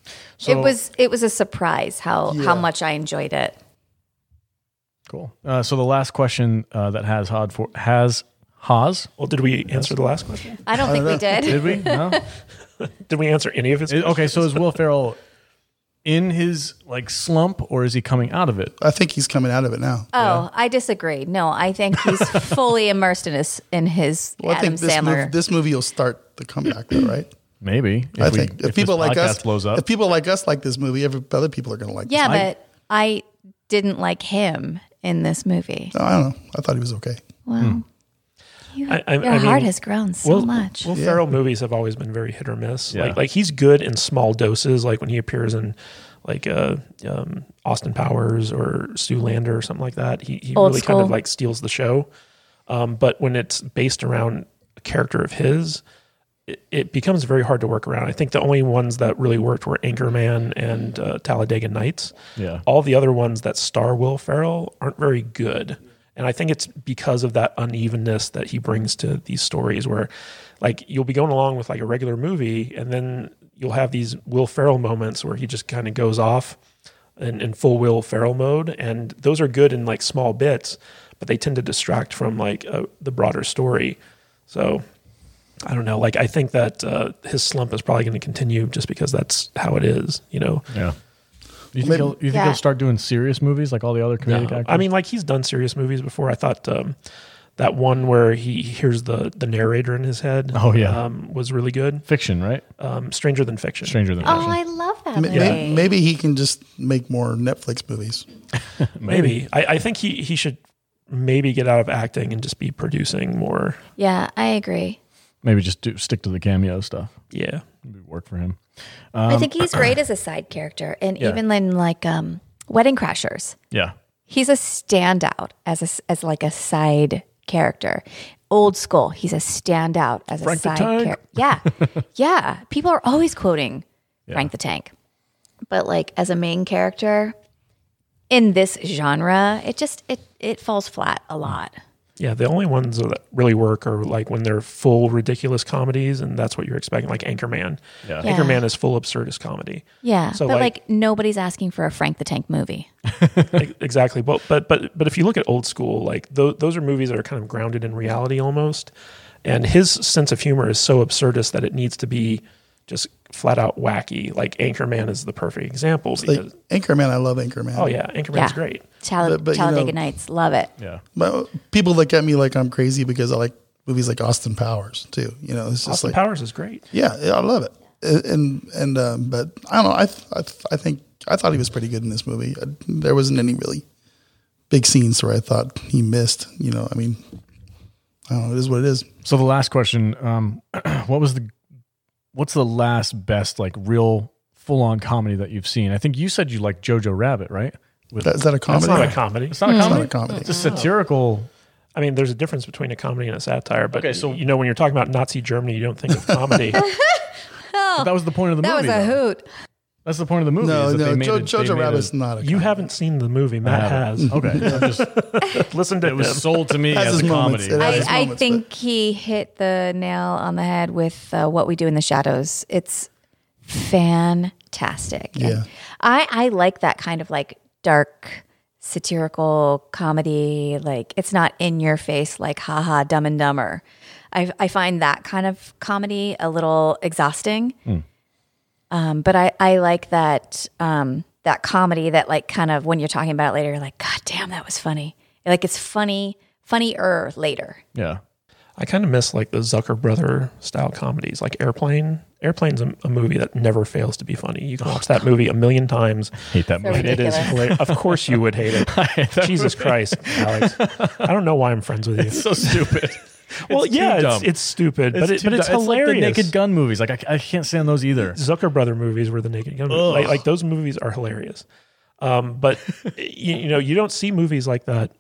Speaker 1: it was it was a surprise how
Speaker 4: Yeah.
Speaker 1: how much I enjoyed it.
Speaker 2: Cool. Uh, so the last question uh, that has Hod for has Haas.
Speaker 3: Well, did we answer the last question?
Speaker 1: I don't think we did.
Speaker 2: Did we? [LAUGHS] No.
Speaker 3: Did we answer any of his?
Speaker 2: It- okay. So is Will Ferrell in his like slump, or is he coming out of it?
Speaker 4: I think he's coming out of it now.
Speaker 1: [LAUGHS] Oh, I disagree. No, I think
Speaker 4: [LAUGHS]
Speaker 1: he's fully immersed in his in his
Speaker 4: Well, I
Speaker 1: Adam
Speaker 4: think this,
Speaker 1: Sandler.
Speaker 4: mov- this movie will start the comeback, though, right?
Speaker 2: Maybe. If
Speaker 4: I
Speaker 2: we-
Speaker 4: think if,
Speaker 2: this
Speaker 4: people like us
Speaker 2: podcast blows up.
Speaker 4: if people like us like this movie, every other people are going to like.
Speaker 1: yeah,
Speaker 4: this
Speaker 1: but I didn't like him in this movie.
Speaker 4: movie. No, I don't know. I thought he was okay.
Speaker 1: Well,
Speaker 4: Hmm.
Speaker 1: you,
Speaker 3: I- I-
Speaker 1: your
Speaker 3: I mean,
Speaker 1: heart has grown so
Speaker 3: Will-
Speaker 1: much.
Speaker 3: Will Ferrell movies have always been very hit or miss.
Speaker 2: Yeah.
Speaker 3: Like like he's good in small doses, like when he appears in like uh, um, Austin Powers or Sue Lander or something like that. He he
Speaker 1: Old
Speaker 3: really kind of
Speaker 1: school.
Speaker 3: like steals the show. Um, but when it's based around a character of his, it, it becomes very hard to work around. I think the only ones that really worked were Anchorman and uh, Talladega Nights.
Speaker 2: Yeah.
Speaker 3: All the other ones that star Will Ferrell aren't very good. And I think it's because of that unevenness that he brings to these stories where like you'll be going along with like a regular movie and then you'll have these Will Ferrell moments where he just kind of goes off in, in full Will Ferrell mode. And those are good in like small bits, but they tend to distract from like uh the broader story. So I don't know. Like I think that uh, his slump is probably going to continue just because that's how it is. You know.
Speaker 2: yeah. You think,
Speaker 4: Maybe-
Speaker 2: he'll, you think
Speaker 1: Yeah.
Speaker 2: he'll start doing serious movies like all the other comedic actors?
Speaker 3: I mean, like he's done serious movies before. I thought um, that one where he hears the the narrator in his head.
Speaker 2: Oh, yeah.
Speaker 3: um, was really good.
Speaker 2: fiction, right?
Speaker 3: Um, Stranger than Fiction.
Speaker 2: Stranger than
Speaker 1: Oh,
Speaker 2: fiction.
Speaker 1: I love that
Speaker 4: Ma-
Speaker 1: movie.
Speaker 4: ma- Maybe he can just make more Netflix movies.
Speaker 3: Maybe I, I think he he should maybe get out of acting and just be producing more.
Speaker 1: Yeah, I agree.
Speaker 2: Maybe just do, stick to the cameo stuff.
Speaker 3: Yeah.
Speaker 2: It'd work for him.
Speaker 1: I think he's great as a side character, and
Speaker 2: Yeah.
Speaker 1: even in like um, Wedding Crashers,
Speaker 2: Yeah.
Speaker 1: he's a standout as a s as like a side character. Old school, he's a standout as
Speaker 2: Frank
Speaker 1: a side
Speaker 2: the Tank.
Speaker 1: character. Yeah, yeah. People are always quoting Frank the Tank, but like as a main character in this genre, it just it it falls flat a lot.
Speaker 3: Yeah, the only ones that really work are like when they're full ridiculous comedies, and that's what you're expecting, like Anchorman.
Speaker 2: Yeah.
Speaker 1: Yeah.
Speaker 3: Anchorman is full absurdist comedy.
Speaker 1: Yeah,
Speaker 3: So,
Speaker 1: but
Speaker 3: like-
Speaker 1: like, nobody's asking for a Frank the Tank movie.
Speaker 3: Ex- exactly but but but but if you look at old school like tho- those are movies that are kind of grounded in reality almost and his sense of humor is so absurdist that it needs to be just flat out wacky like anchorman is the perfect example
Speaker 4: Like
Speaker 3: because-
Speaker 4: Anchorman, I love Anchorman.
Speaker 3: oh yeah anchorman's
Speaker 1: Yeah.
Speaker 3: is great
Speaker 1: Tal-
Speaker 4: But- but, you
Speaker 1: Talladega
Speaker 4: know-
Speaker 1: Nights, love it.
Speaker 2: Yeah.
Speaker 4: But people look at me like I'm crazy because I like movies like Austin Powers too. You know, it's just
Speaker 3: austin
Speaker 4: like
Speaker 3: powers is great
Speaker 4: yeah, yeah, I love it. Uh, And and um, but I don't know. I th- I, th- I think I thought he was pretty good in this movie. I, there wasn't any really big scenes where I thought he missed. You know, I mean, I don't know. It is what it is.
Speaker 2: So the last question, um, [CLEARS THROAT] what was the what's the last best like real full on comedy that you've seen? I think you said you liked Jojo Rabbit, right? With
Speaker 4: That, is that a comedy?
Speaker 3: that's not a comedy
Speaker 2: it's not a
Speaker 4: It's
Speaker 2: comedy.
Speaker 4: not a comedy.
Speaker 2: It's a satirical.
Speaker 3: i mean there's a difference between a comedy and a satire but
Speaker 2: Okay, so-
Speaker 3: you know when you're talking about nazi germany you don't think of
Speaker 2: [LAUGHS]
Speaker 3: comedy
Speaker 2: but that was the point of the
Speaker 1: Oh. That
Speaker 2: movie.
Speaker 1: was a
Speaker 2: though.
Speaker 1: hoot.
Speaker 2: That's the point of the movie.
Speaker 4: No,
Speaker 2: is that
Speaker 4: no.
Speaker 2: they made
Speaker 4: Jo-
Speaker 2: it- they
Speaker 4: Jojo
Speaker 2: made
Speaker 4: Rabbit's
Speaker 2: it-
Speaker 4: not a.
Speaker 3: you haven't seen the movie matt has
Speaker 2: Okay,
Speaker 4: [LAUGHS]
Speaker 2: I'm just,
Speaker 3: listen to
Speaker 2: it was
Speaker 3: him.
Speaker 2: sold to me
Speaker 4: Has
Speaker 2: as
Speaker 4: his
Speaker 2: a
Speaker 4: moments.
Speaker 2: comedy.
Speaker 4: It has-
Speaker 1: I,
Speaker 4: his
Speaker 1: I
Speaker 4: moments,
Speaker 1: think he hit the nail on the head with uh, what we do in the shadows. It's fantastic. And
Speaker 4: Yeah.
Speaker 1: I I like that kind of like dark satirical comedy. Like it's not in your face, like haha, Dumb and Dumber. I I find that kind of comedy a little exhausting. Um, but I I like that um that comedy that like kind of when you're talking about it later, you're like, God damn, that was funny. Like it's funny, funnier later.
Speaker 2: Yeah.
Speaker 3: I kind of miss like the Zucker brother style comedies, like Airplane. Airplane's a, a movie that never fails to be funny. You can
Speaker 2: Oh,
Speaker 3: watch that movie a million times.
Speaker 2: Hate that
Speaker 1: So
Speaker 2: movie.
Speaker 1: movie.
Speaker 3: and it is
Speaker 1: Ridiculous.
Speaker 3: hilarious. Of course, you would hate
Speaker 2: [LAUGHS]
Speaker 3: it. Jesus Christ, Alex! I don't know why I'm friends with you.
Speaker 2: so [LAUGHS] stupid.
Speaker 3: well,
Speaker 2: It's too
Speaker 3: yeah, it's,
Speaker 2: dumb.
Speaker 3: it's stupid, but, it,
Speaker 2: too
Speaker 3: but it's
Speaker 2: dumb. It's
Speaker 3: hilarious.
Speaker 2: like the Naked Gun movies. Like I, I can't stand those either.
Speaker 3: Zucker brother movies were the Naked Gun. movies. Like, like those movies are hilarious. Um, but [LAUGHS] you, you know, you don't see movies like that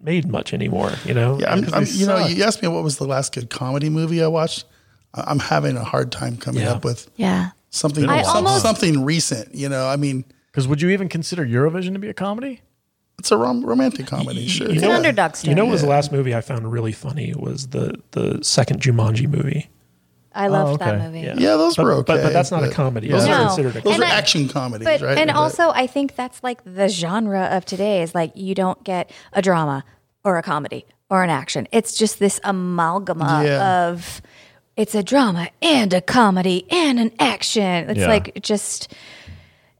Speaker 3: made much anymore. You know,
Speaker 4: Yeah, I'm,
Speaker 2: Because
Speaker 4: I'm,
Speaker 2: they
Speaker 4: you know,
Speaker 2: suck.
Speaker 4: you asked me what was the last good comedy movie I watched. I- I'm having a hard time coming
Speaker 3: Yeah.
Speaker 4: up with
Speaker 1: Yeah.
Speaker 4: something
Speaker 1: I
Speaker 4: some-
Speaker 1: almost-
Speaker 4: something recent. You know, I mean,
Speaker 2: Because would you even consider Eurovision to be a comedy?
Speaker 4: it's a rom- romantic comedy, sure.
Speaker 1: It's an
Speaker 4: yeah.
Speaker 1: underdog story.
Speaker 3: you know, what was the last movie I found really funny was the the second Jumanji movie.
Speaker 1: I loved
Speaker 2: Oh,
Speaker 1: that
Speaker 2: okay.
Speaker 1: movie.
Speaker 3: Yeah.
Speaker 4: Yeah, those
Speaker 3: But-
Speaker 4: were
Speaker 3: but-
Speaker 4: okay.
Speaker 3: but that's not a comedy.
Speaker 4: Those,
Speaker 3: It's
Speaker 4: are,
Speaker 3: not considered a
Speaker 4: those are
Speaker 1: And I-
Speaker 4: action comedies,
Speaker 1: but,
Speaker 4: right?
Speaker 1: And
Speaker 4: But-
Speaker 1: also, I think that's like the genre of today is like you don't get a drama or a comedy or an action. It's just this amalgama
Speaker 4: Yeah.
Speaker 1: of it's a drama and a comedy and an action. It's
Speaker 2: Yeah.
Speaker 1: like just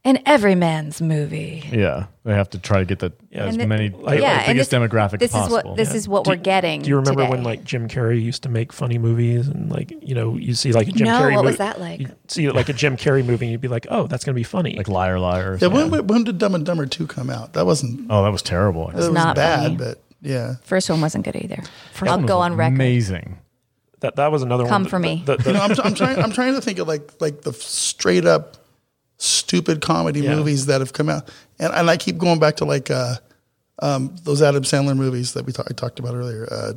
Speaker 1: an everyman's movie.
Speaker 2: Yeah, they have to try to get the as
Speaker 1: And the-
Speaker 2: many
Speaker 1: like-
Speaker 2: the
Speaker 1: yeah, and
Speaker 2: biggest
Speaker 1: this-
Speaker 2: demographic
Speaker 1: This
Speaker 2: possible.
Speaker 1: is what this is what
Speaker 3: Do-
Speaker 1: we're getting.
Speaker 3: Do you remember
Speaker 1: today.
Speaker 3: when like Jim Carrey used to make funny movies and like you know you see like a Jim
Speaker 1: No,
Speaker 3: Carrey
Speaker 1: what
Speaker 3: movie?
Speaker 1: was that like?
Speaker 3: You'd see like a Jim Carrey movie and you'd be like, oh, that's gonna be funny.
Speaker 2: like liar, liar. Or
Speaker 4: yeah,
Speaker 2: something.
Speaker 4: when, when did Dumb and Dumber 2 come out? That wasn't,
Speaker 2: oh, that was terrible.
Speaker 4: that was
Speaker 1: not
Speaker 4: bad,
Speaker 1: funny.
Speaker 4: but yeah.
Speaker 1: first one wasn't good either.
Speaker 2: First
Speaker 1: I'll
Speaker 2: one was
Speaker 1: go on record.
Speaker 2: Amazing.
Speaker 3: that that was another
Speaker 1: Come
Speaker 3: one. that-
Speaker 1: for me.
Speaker 3: that- that-
Speaker 4: You know, I'm, I'm trying. I'm trying to think of like like the straight up stupid comedy
Speaker 3: Yeah.
Speaker 4: movies that have come out, and and I keep going back to like uh, um, those Adam Sandler movies that we ta- I talked about earlier. Uh,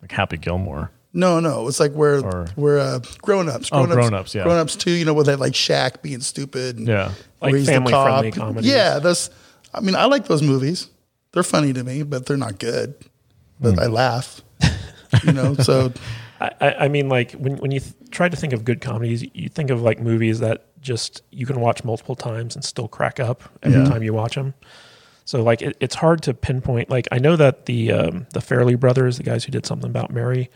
Speaker 2: Like Happy Gilmore.
Speaker 4: no, no, it's like where
Speaker 2: Or-
Speaker 4: where uh, grown ups,
Speaker 2: Oh, Grown Ups, yeah.
Speaker 4: grown ups too. You know, with that like Shaq being stupid, and
Speaker 2: Yeah.
Speaker 4: where
Speaker 3: Like
Speaker 4: he's the
Speaker 3: family-friendly
Speaker 4: cop.
Speaker 3: comedies.
Speaker 4: Yeah, that's. I mean, I like those movies. They're funny to me, but they're not good. But
Speaker 2: Hmm.
Speaker 4: I laugh. You
Speaker 2: [LAUGHS]
Speaker 4: know, so
Speaker 3: I- I, I mean, like when when you th- try to think of good comedies, you think of like movies that just you can watch multiple times and still crack up every
Speaker 2: Mm-hmm.
Speaker 3: time you watch them. So like it, it's hard to pinpoint. Like I know that the um, the Fairley brothers, the guys who did something about Mary,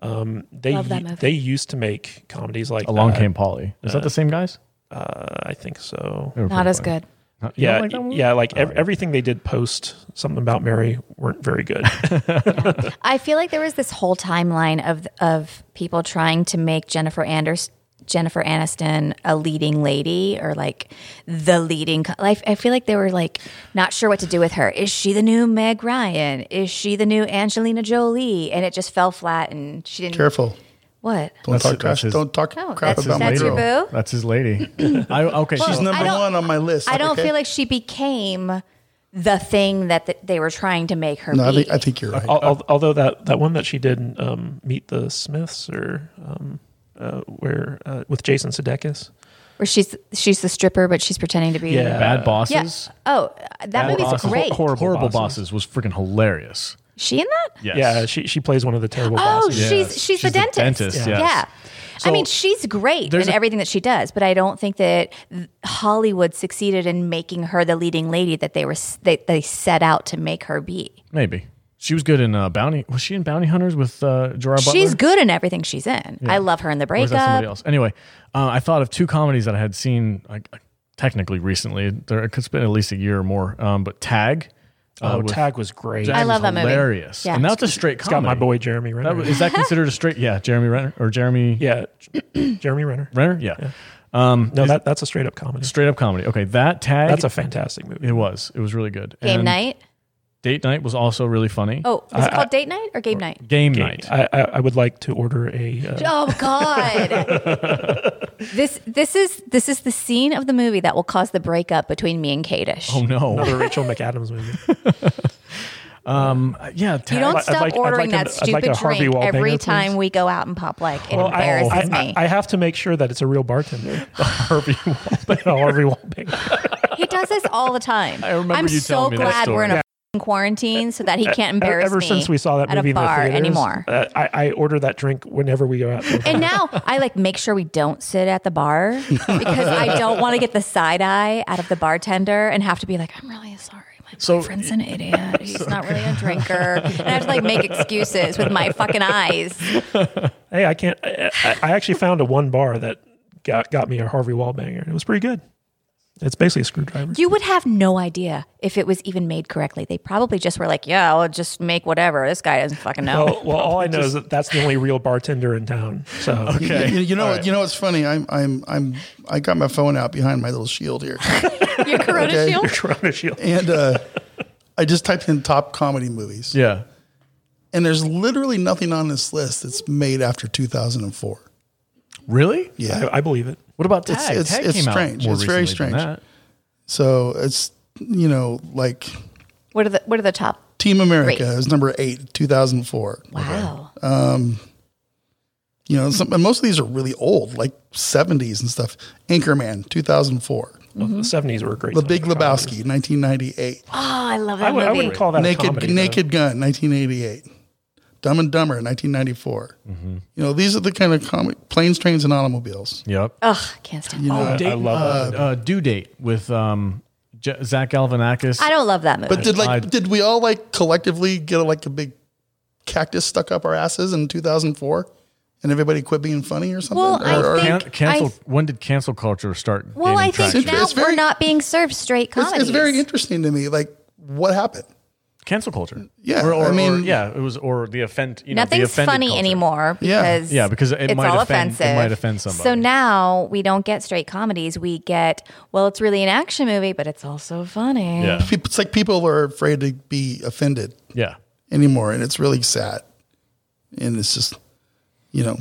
Speaker 3: um, they
Speaker 1: Love that
Speaker 3: u-
Speaker 1: movie.
Speaker 3: they used to make comedies like
Speaker 2: Along
Speaker 3: that.
Speaker 2: Came Polly. Is that the same guys?
Speaker 3: Uh, I think so.
Speaker 2: They were
Speaker 1: Not
Speaker 2: pretty
Speaker 1: as
Speaker 2: funny.
Speaker 1: good.
Speaker 2: Not- you
Speaker 3: Yeah,
Speaker 2: don't like that one?
Speaker 3: yeah. Like ev- everything they did post something about Mary weren't
Speaker 2: [LAUGHS]
Speaker 3: very good.
Speaker 1: I feel like there was this whole timeline of of people trying to make Jennifer Anders Jennifer Aniston a leading lady or like the leading co- like I feel like they were like not sure what to do with her. Is she the new Meg Ryan? Is she the new Angelina Jolie? And it just fell flat and she didn't
Speaker 4: careful.
Speaker 1: what?
Speaker 4: Don't
Speaker 2: That's-
Speaker 4: talk
Speaker 2: that's
Speaker 4: trash.
Speaker 2: his-
Speaker 4: Don't talk
Speaker 1: Oh,
Speaker 4: crap
Speaker 1: that's-
Speaker 4: about my
Speaker 1: that's your
Speaker 4: girl.
Speaker 1: boo?
Speaker 2: That's his lady. [LAUGHS] I, okay, she's
Speaker 4: She's
Speaker 1: not-
Speaker 2: not.
Speaker 4: number
Speaker 1: Oh, I don't-
Speaker 4: one on my list.
Speaker 1: I don't
Speaker 4: okay?
Speaker 1: feel like she became the thing that th- they were trying to make her
Speaker 4: No, I
Speaker 1: be.
Speaker 4: think, I think you're right.
Speaker 3: Al- al- although that, that one that she did in um, Meet the Smiths or um, uh, where uh, with Jason Sudeikis,
Speaker 1: Where she's she's the stripper but she's pretending to be
Speaker 3: Yeah.
Speaker 2: Bad
Speaker 1: Yeah.
Speaker 2: bosses.
Speaker 1: Oh, that movie's
Speaker 2: Bosses.
Speaker 1: great.
Speaker 2: Hor- horrible,
Speaker 3: Horrible
Speaker 2: bosses. was freaking hilarious.
Speaker 1: she in that?
Speaker 2: Yes.
Speaker 3: yeah, she she plays one of the terrible.
Speaker 1: Oh,
Speaker 3: bosses.
Speaker 2: Yes.
Speaker 1: she's she's the dentist.
Speaker 2: dentist, yes.
Speaker 1: Yeah. I mean, she's great in
Speaker 2: a-
Speaker 1: everything that she does, but I don't think that th- Hollywood succeeded in making her the leading lady that they were s- they, they set out to make her be.
Speaker 2: Maybe she was good in uh, Bounty. Was she in Bounty Hunters with uh, Gerard Butler?
Speaker 1: She's good in everything she's in. I love her in the
Speaker 2: Or is that somebody
Speaker 1: breakup.
Speaker 2: else? Anyway, uh, I thought of two comedies that I had seen like, uh, technically recently. There, it's been at least a year or more. Um, but Tag.
Speaker 3: oh,
Speaker 2: with-
Speaker 3: Tag was great.
Speaker 2: Tag
Speaker 1: I
Speaker 2: was
Speaker 1: love that movie.
Speaker 2: Hilarious.
Speaker 1: Yeah.
Speaker 2: And that's a straight
Speaker 3: it's
Speaker 2: comedy.
Speaker 3: got my boy Jeremy Renner.
Speaker 2: That was- is that considered a straight? Yeah, Jeremy Renner or Jeremy
Speaker 3: yeah, Jeremy Renner.
Speaker 2: Renner. Yeah, Mm-hmm.
Speaker 3: No, that that's a straight up comedy.
Speaker 2: straight up comedy. Okay, that Tag.
Speaker 3: That's a fantastic movie.
Speaker 2: it was. It was really good.
Speaker 1: Game
Speaker 2: And
Speaker 1: night.
Speaker 2: Date night was also really funny.
Speaker 1: Oh, is
Speaker 3: I-
Speaker 1: it called date night or game
Speaker 2: [LAUGHS]
Speaker 1: night?
Speaker 2: Game, night.
Speaker 3: I, I I would like to order a. Uh,
Speaker 1: Oh
Speaker 2: [LAUGHS]
Speaker 1: God! this this is this is the scene of the movie that will cause the breakup between me and Kadish.
Speaker 2: oh no.
Speaker 3: Another Rachel
Speaker 1: [LAUGHS]
Speaker 3: McAdams movie.
Speaker 2: Um. Yeah. Tag.
Speaker 1: You don't
Speaker 3: I'd
Speaker 1: stop
Speaker 3: like- I'd
Speaker 1: ordering
Speaker 3: like
Speaker 1: that
Speaker 3: an- I'd like
Speaker 1: stupid
Speaker 3: a Harvey
Speaker 1: drink
Speaker 3: Wallbanger,
Speaker 1: every
Speaker 3: please.
Speaker 1: time we go out in public. It
Speaker 3: I,
Speaker 1: embarrasses
Speaker 3: I,
Speaker 1: me.
Speaker 3: I have to make sure that it's a
Speaker 2: [LAUGHS]
Speaker 3: real bartender. Harvey Wallbanger. [LAUGHS] Harvey Wallbanger.
Speaker 1: he does this all the time. I
Speaker 2: remember
Speaker 1: am
Speaker 2: you
Speaker 1: so
Speaker 2: telling me that
Speaker 1: glad we're in a
Speaker 2: story.
Speaker 1: fing quarantine so that he can't embarrass
Speaker 3: ever
Speaker 1: me
Speaker 3: since we saw that
Speaker 1: at
Speaker 3: movie
Speaker 1: a bar
Speaker 3: in the theaters,
Speaker 1: anymore.
Speaker 3: Uh, I, I order that drink whenever we go
Speaker 1: [LAUGHS]
Speaker 3: out. to a
Speaker 1: And
Speaker 3: bar.
Speaker 1: now I like make sure we don't sit at the bar
Speaker 3: [LAUGHS]
Speaker 1: because I don't want to get the side eye out of the bartender and have to be like, I'm really sorry. My
Speaker 2: So-
Speaker 1: boyfriend's an idiot. He's not really a drinker. And I have to like make excuses with my fucking eyes.
Speaker 3: hey, I can't. I, I I actually found a one bar that got got me a Harvey Wallbanger. It was pretty good. It's basically a screwdriver.
Speaker 1: You would have no idea if it was even made correctly. They probably just were like, "Yeah, I'll just make whatever." This guy doesn't fucking know.
Speaker 3: Well, well, all I know is that that's the only real bartender in town.
Speaker 1: [LAUGHS]
Speaker 3: So [LAUGHS]
Speaker 4: You- You, you know, what you know what's funny? I'm, I'm, I'm, I got my phone out behind my little shield here,
Speaker 1: Your Corona
Speaker 4: Okay.
Speaker 1: shield.
Speaker 3: Corona Shield.
Speaker 4: and uh, [LAUGHS] I just typed in top comedy movies,
Speaker 2: Yeah.
Speaker 4: and there's literally nothing on this list that's made after 2004.
Speaker 2: Really?
Speaker 4: Yeah,
Speaker 3: I, I believe it.
Speaker 2: What about Tag?
Speaker 4: It's- it's-
Speaker 2: Tag
Speaker 4: it's
Speaker 2: came
Speaker 4: strange.
Speaker 2: out more
Speaker 4: It's very
Speaker 2: recently than
Speaker 4: strange.
Speaker 2: that.
Speaker 4: so it's you know like
Speaker 1: What are the What are the top?
Speaker 4: Team America
Speaker 1: Great.
Speaker 4: is number eight, 2004.
Speaker 1: Wow.
Speaker 4: Oh. You know, some, and most of these are really old, like 70s and stuff. Anchorman, 2004.
Speaker 3: Well,
Speaker 1: Mm-hmm.
Speaker 3: The seventies were a great.
Speaker 4: The
Speaker 3: time
Speaker 4: Big
Speaker 3: for comedy.
Speaker 4: Lebowski, 1998.
Speaker 1: Oh, I love that
Speaker 3: I, would,
Speaker 1: movie.
Speaker 3: I wouldn't call that
Speaker 4: Naked
Speaker 3: a comedy. though.
Speaker 4: Naked Gun, 1988. Dumb and Dumber, 1994.
Speaker 3: Mm-hmm.
Speaker 4: You know, these are the kind of comic planes, trains, and automobiles.
Speaker 2: Yep.
Speaker 1: Ugh, can't stand.
Speaker 2: Oh,
Speaker 1: it.
Speaker 2: date,
Speaker 3: I love
Speaker 2: uh, uh, due date with um, J- Zach Galvanakis.
Speaker 1: I don't love that movie.
Speaker 4: But did like
Speaker 2: I'd-
Speaker 4: did we all like collectively get like a big cactus stuck up our asses in 2004, and everybody quit being funny or something?
Speaker 1: Well, I
Speaker 4: Or- or-
Speaker 1: think-
Speaker 2: Can- cancel.
Speaker 1: I-
Speaker 2: when did cancel culture start?
Speaker 1: well,
Speaker 2: gaining
Speaker 1: I think
Speaker 2: traction?
Speaker 4: It's
Speaker 1: now
Speaker 4: very-
Speaker 1: we're not being served straight
Speaker 4: it's,
Speaker 1: comedies.
Speaker 4: it's very interesting to me. Like, what happened?
Speaker 2: cancel culture.
Speaker 4: Yeah,
Speaker 2: Or, or-
Speaker 4: I mean-
Speaker 2: or- yeah, it was or the offend. You know, the
Speaker 1: Nothing's
Speaker 2: offended
Speaker 1: funny
Speaker 2: culture.
Speaker 1: anymore
Speaker 4: Yeah.
Speaker 1: because
Speaker 2: Yeah, because it
Speaker 1: it's
Speaker 2: might
Speaker 1: all
Speaker 2: offend- it
Speaker 1: offensive.
Speaker 2: might offend somebody.
Speaker 1: So now we don't get straight comedies. We get well, it's really an action movie, but it's also funny.
Speaker 2: Yeah,
Speaker 4: People- It's like people are afraid to be offended
Speaker 2: yeah.
Speaker 4: anymore, and it's really sad. And it's just, you know,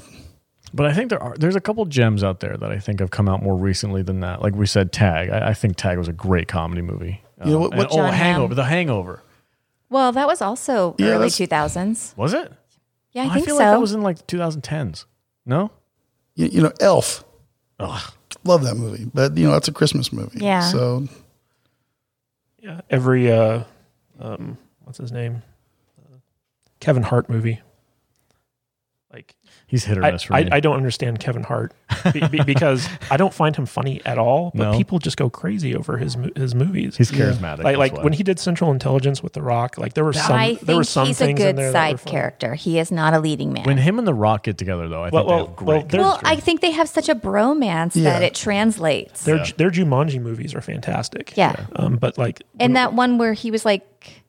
Speaker 2: But I think there are there's a couple gems out there that I think have come out more recently than that. Like we said, Tag. I, I think Tag was a great comedy movie.
Speaker 4: You know, what-
Speaker 2: and-
Speaker 4: what-
Speaker 2: oh,
Speaker 1: John Hamm.
Speaker 2: Hangover. The Hangover
Speaker 1: Well, that was also
Speaker 4: Yeah,
Speaker 1: early
Speaker 4: that's-
Speaker 1: two thousands.
Speaker 2: was it?
Speaker 1: Yeah,
Speaker 2: Oh,
Speaker 1: I think
Speaker 2: feel
Speaker 1: so.
Speaker 2: like that was in like 2010s. No.
Speaker 4: you, you know, Elf.
Speaker 2: Ugh.
Speaker 4: Love that movie, but you know, that's a Christmas movie.
Speaker 1: Yeah.
Speaker 4: So
Speaker 3: Yeah, every uh, um, what's his name? Uh, Kevin Hart movie. Like
Speaker 2: He's hit or
Speaker 3: I,
Speaker 2: miss for
Speaker 3: I,
Speaker 2: me.
Speaker 3: I don't understand Kevin Hart be, be-
Speaker 2: [LAUGHS]
Speaker 3: because I don't find him funny at all. But
Speaker 2: No.
Speaker 3: people just go crazy over his mo- his movies.
Speaker 2: He's charismatic.
Speaker 3: like like
Speaker 2: that's why.
Speaker 3: when he did Central Intelligence with The Rock, like there were some
Speaker 1: I
Speaker 3: there were
Speaker 1: think
Speaker 3: some
Speaker 1: he's a
Speaker 3: things in
Speaker 1: good
Speaker 3: there that were
Speaker 1: side
Speaker 3: funny.
Speaker 1: character. He is not a leading man.
Speaker 2: when him and The Rock get together, though, I think
Speaker 3: Well,
Speaker 2: they
Speaker 3: well,
Speaker 2: have
Speaker 3: well,
Speaker 2: great.
Speaker 3: there's-
Speaker 1: well, I think they have such a bromance
Speaker 4: Yeah.
Speaker 1: that it translates.
Speaker 3: Their
Speaker 2: Yeah.
Speaker 3: their Jumanji movies are fantastic.
Speaker 1: yeah.
Speaker 3: Um, but like
Speaker 1: And that one where he was like,